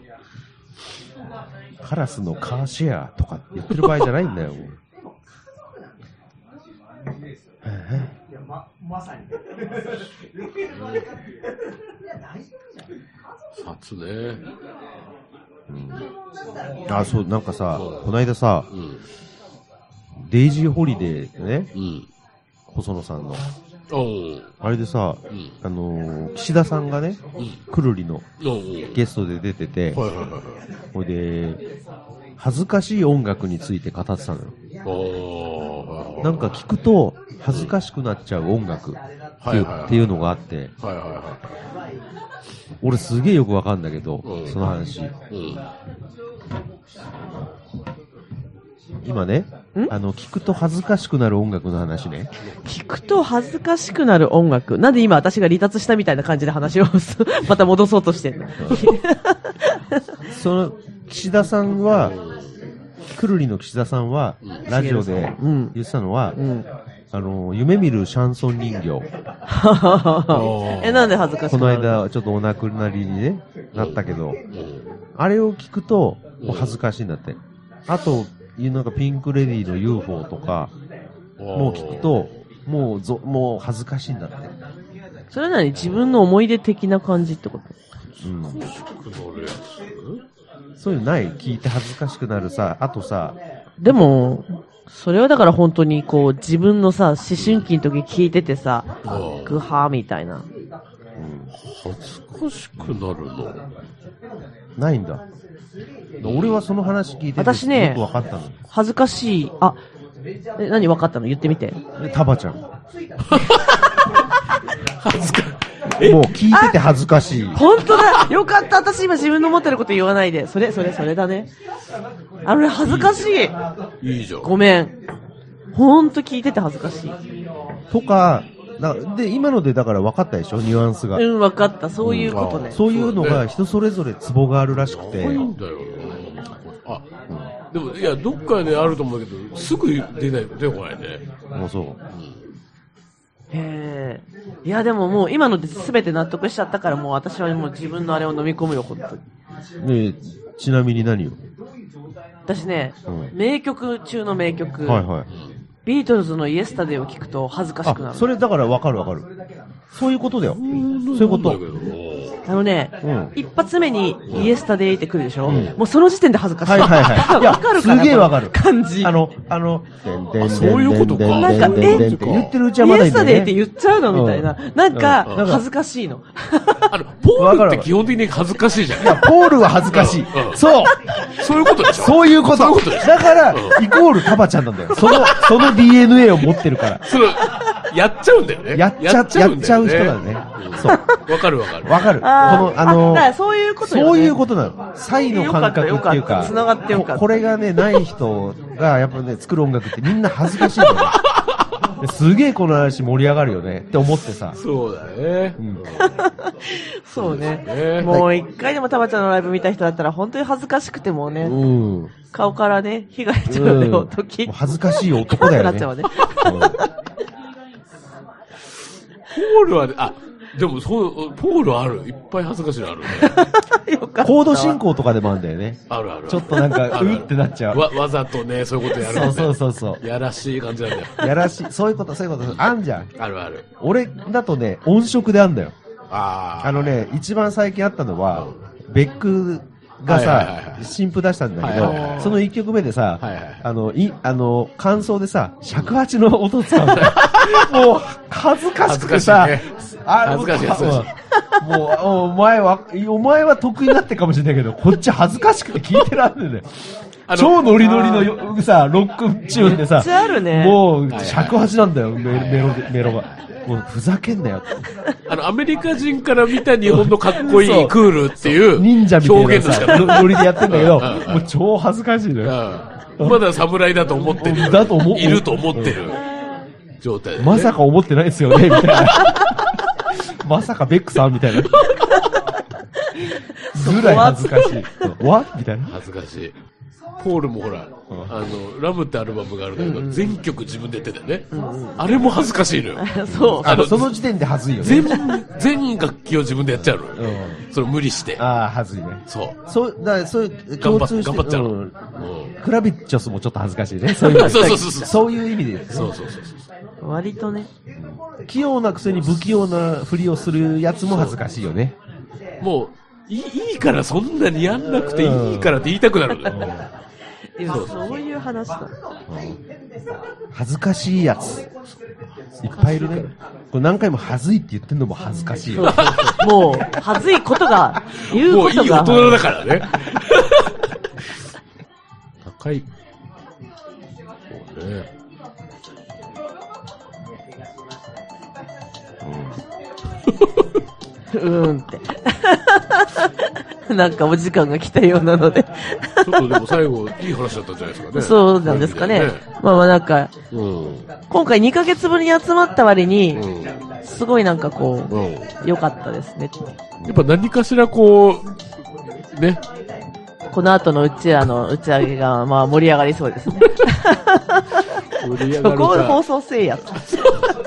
C: カラスのカーシェアとか言ってる場合じゃないんだよ。もう
B: 札ね。
C: <laughs> あ、そう、なんかさ、こないださ、
B: うん。
C: デイジーホリデーね、
B: うん。
C: 細野さんの。
B: おう
C: あれでさ、
B: うん。
C: あのー岸田さんがね、くるりの
B: おう
C: ゲストで出てて、
B: はいはいはい
C: ほいで、恥ずかしい音楽について語ってたのよ。
B: はい。おーはいはい
C: なんか聞くと、恥ずかしくなっちゃう音楽っていう,、
B: はいはい
C: っていうのがあって、
B: はいはいは
C: 俺すげえよくわかんだけど、
B: うん
C: その話。
B: い。うん。
C: 今ね、あの、聞くと恥ずかしくなる音楽の話ね。
A: 聞くと恥ずかしくなる音楽。なんで今私が離脱したみたいな感じで話を <laughs> また戻そうとしてんの
C: その、岸田さんは、くるりの岸田さんは、ラジオで
A: うん
C: 言ってたのは、
A: ん
C: あの、夢見るシャンソン人形。
B: ー
A: <laughs> え、なんで恥ずかし
C: こ
A: く
C: の
A: なる
C: 間、ちょっとお亡くなりにね、なったけど、
B: うん
C: あれを聞くと、もう恥ずかしいんだって。あと、なんかピンクレディーの UFO とか、もう聞く、と、もうぞ、もう恥ずかしいんだって。
A: それなに自分の思い出的な感じってこと
C: うん。
B: くなるやつ
C: そういうのない聞いて恥ずかしくなるさ、あとさ、
A: でも、それはだから本当にこう自分のさ、思春期の時聞いててさ、
B: あ
A: グハーみたいな。
B: 恥ずかしくなるの。
C: ないんだ。俺はその話聞いてて
A: 私ね
C: よく分かったの。
A: 恥ずかしい。あ、え、何分かったの言ってみて。
C: でタバちゃん。も
B: 恥ずか、
C: う聞いてて恥ずかしい。
A: 本当だよかった私今自分の思ってること言わないで。それ、それ、それだね。あれ恥ずかしい。
B: いいじゃん。
A: ごめん。ほんと聞いてて恥ずかしい。
C: とか、なで、今のでだから分かったでしょニュアンスが。
A: うん、分かった。そういうことね。
C: そういうの
B: そうだ
C: が人それぞれツボがあるらしくて
B: ない、んだよなあ、でも、いや、どっかであると思うけど、すぐ出ない、出てこないね。
C: もうそう。
A: へえ。いや、でももう今ので全て納得しちゃったから、もう私はもう自分のあれを飲み込むよ、ほんとに。
C: ねえちなみに何を
A: 私ね、
C: うん
A: 名曲中の名曲、
C: はいはい。
A: ビートルズのイエスタデーを聞くと恥ずかしくな
C: あ、
A: る。
C: それだから分かる分かる。そういうことだよ。そういうこと。
B: う
A: あのね、
C: うん
A: 一発目にイエスタデーって来るでしょ、もうその時点で恥ずかしい。
C: はいはいはいいや
A: わかるから
C: すげえわかる
A: 感じ。
C: あの、あの、
B: あそういうことか
A: なんかえ
C: って言ってるうちはま
A: イ
C: だい
A: エ
C: いん
A: ス
C: だ
A: タ
C: よ
A: デー
C: ね
A: って言っちゃうのみたいな。なんか
B: うん
C: うん、
A: 恥ずかしいの。
B: あの、ポールって基本的に恥ずかしいじゃ
C: いや、
B: ん。
C: ポールは恥ずかしい
B: うんう。ん
C: そう
B: そういうことでしょ
C: そういうこと
B: そういうことです
C: だから
B: う、
C: イコールタバちゃんなんだよ。その、その DNA を持ってるから。
B: それ、やっちゃうんだよね。
C: やっちゃ、やっちゃう人だよね。そう。
B: ね。わかるわかる。
C: わかる。こ
A: あー
C: の、あの
A: だからそういうことよね
C: そういうことなの。サイの感覚
A: よ
C: って
A: かった
C: い
A: よ
C: う
A: かっ
C: か。
A: た繋がってよかった
C: ここれがね、ない人が、やっぱね、作る音楽ってみんな恥ずかしいの
A: <laughs>
C: よですげえこの話盛り上がるよねって思ってさ。
B: そうだね。
A: そう
B: ね
A: ね。もう一回でもタバちゃんのライブ見た人だったら、本当に恥ずかしくてもうね、
C: うん。うん
A: 顔からね、被害ちゃうの
C: も
A: よ、
C: う
A: 時々。
C: 恥ずかしい男だよ
A: <laughs> なっ
C: ね
A: ちゃうわね。
B: ポールはね、あ、でもそう、ポールある。いっぱい恥ずかしいのあるね。
A: よかったわ。
C: コード進行とかでもあるんだよね。
B: あるある。
C: ちょっとなんか、
B: あ
C: う
B: るある
C: ーってなっちゃう。
B: わ、わざとね、そういうことやるんだ
C: そう
B: よ
C: そうそうそう。
B: やらしい感じなんだよ。
C: やらしい。そういうこと、そういうこと。あんじゃん。
B: あるある。
C: 俺だとね、音色であんだよ。
B: ああ。
C: あのね、一番最近あったのは、ベックが
B: はいはいはい
C: さ
B: は、い
C: 新譜出したんだけ
B: はいはいはいはい
C: ど、その一曲目でさ
B: はいはいはい、
C: あの、い、あの、感想でさ、尺八の音使うんだ
B: <laughs>
C: よ。もう、恥ずかしくてさ
B: 恥ずかしいね、
C: あ
B: 恥ずかしい恥ずかし
C: もう、もうお前は、お前は得意なってかもしれないけど、こっち恥ずかしくて聞いてらんねえんだよ。
B: あの
C: 超ノリノリのよさ、ロックチューンで
A: め
C: さ
A: っちゃある、ね
C: <laughs> もう
B: はい
C: 尺八なんだよ、メメロデ、メロが。もうふざけんなよって。
B: あの、アメリカ人から見た日本のかっこいい、クールっていう
C: 忍者みたい
B: 表
C: な
B: 現の仕
C: さ
B: 方。
C: ノノリでやってんだけど、
B: うんうんうん
C: もう超恥ずかしいのよ。
B: うんまだ侍だと思ってる。
C: だと思う
B: いると思ってる状態でね
C: まさか思ってないですよね、みたいな。 <laughs> まさかベックさんみたいな。ぐらい恥ずかしい。わみたいな。
B: 恥ずかしい。ポールもほら、あの、ラブってアルバムがあるんだけど、全曲自分で出てね、あれも恥ずかしいのよ。
A: そう。
B: あの、
C: その時点ではずいよね。
B: 全、全楽器を自分でやっちゃうのよ。それ無理して。
C: ああ、はずいね。
B: そう。
C: そう、だからそういう、
B: 頑張
C: 共
B: っ
C: 通して、
B: 頑張っちゃうの。
C: う
B: うんん
C: クラビッチョスもちょっと恥ずかしいね。そういう
B: そうそうそう <laughs> そう
C: そういう意味で言うとね
B: そうそうそうそう。
A: 割とね、
C: 器用なくせに不器用なふりをするやつも恥ずかしいよね。
B: もう、いいいいからそんなにやんなくていいからって言いたくなるのよ。
A: いやそういう話だ。
C: 恥ずかしいやつ。いっぱいいるね。これ何回も恥ずいって言ってんのも恥ずかしいよ。
A: もう、恥ずいことが、言う
B: も
A: こ
B: ういい
A: と
B: 大
A: が。
B: 人だからね。 <laughs> 高い。そうね。
A: うーんって。なんかお時間が来たようなので。
B: ちょっとでも最後、いい話だったんじゃないですかね。
A: そうなんですかね。まあまあなんか、
B: うん。
A: 今回2ヶ月ぶりに集まった割に
B: う、ん。
A: すごいなんかこ
B: う
A: う、
B: ん。や
A: 良かったですね。
B: っぱ何かしらこう、ね。
A: この後のうち、あの、打ち上げが、まあ盛り上がりそうですね。
B: 盛り上
A: そ
B: がるか
A: こを放送せいやと。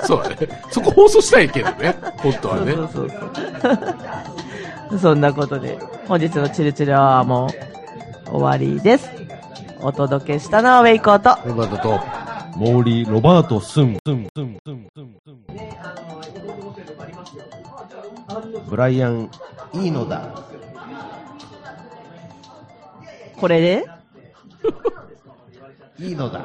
B: そうね。そこ放送したいけどね。本当はね。
A: そうそうそう。 <laughs> そんなことで、本日のチルチルアワーも終わりです。お届けしたのはウェイコーと。
B: 今だと。
E: モーリー・ロバート・スン、スン、スン、スン、スン、スン。
C: ブライアン、いいのだ。
A: これで
C: いいのだ。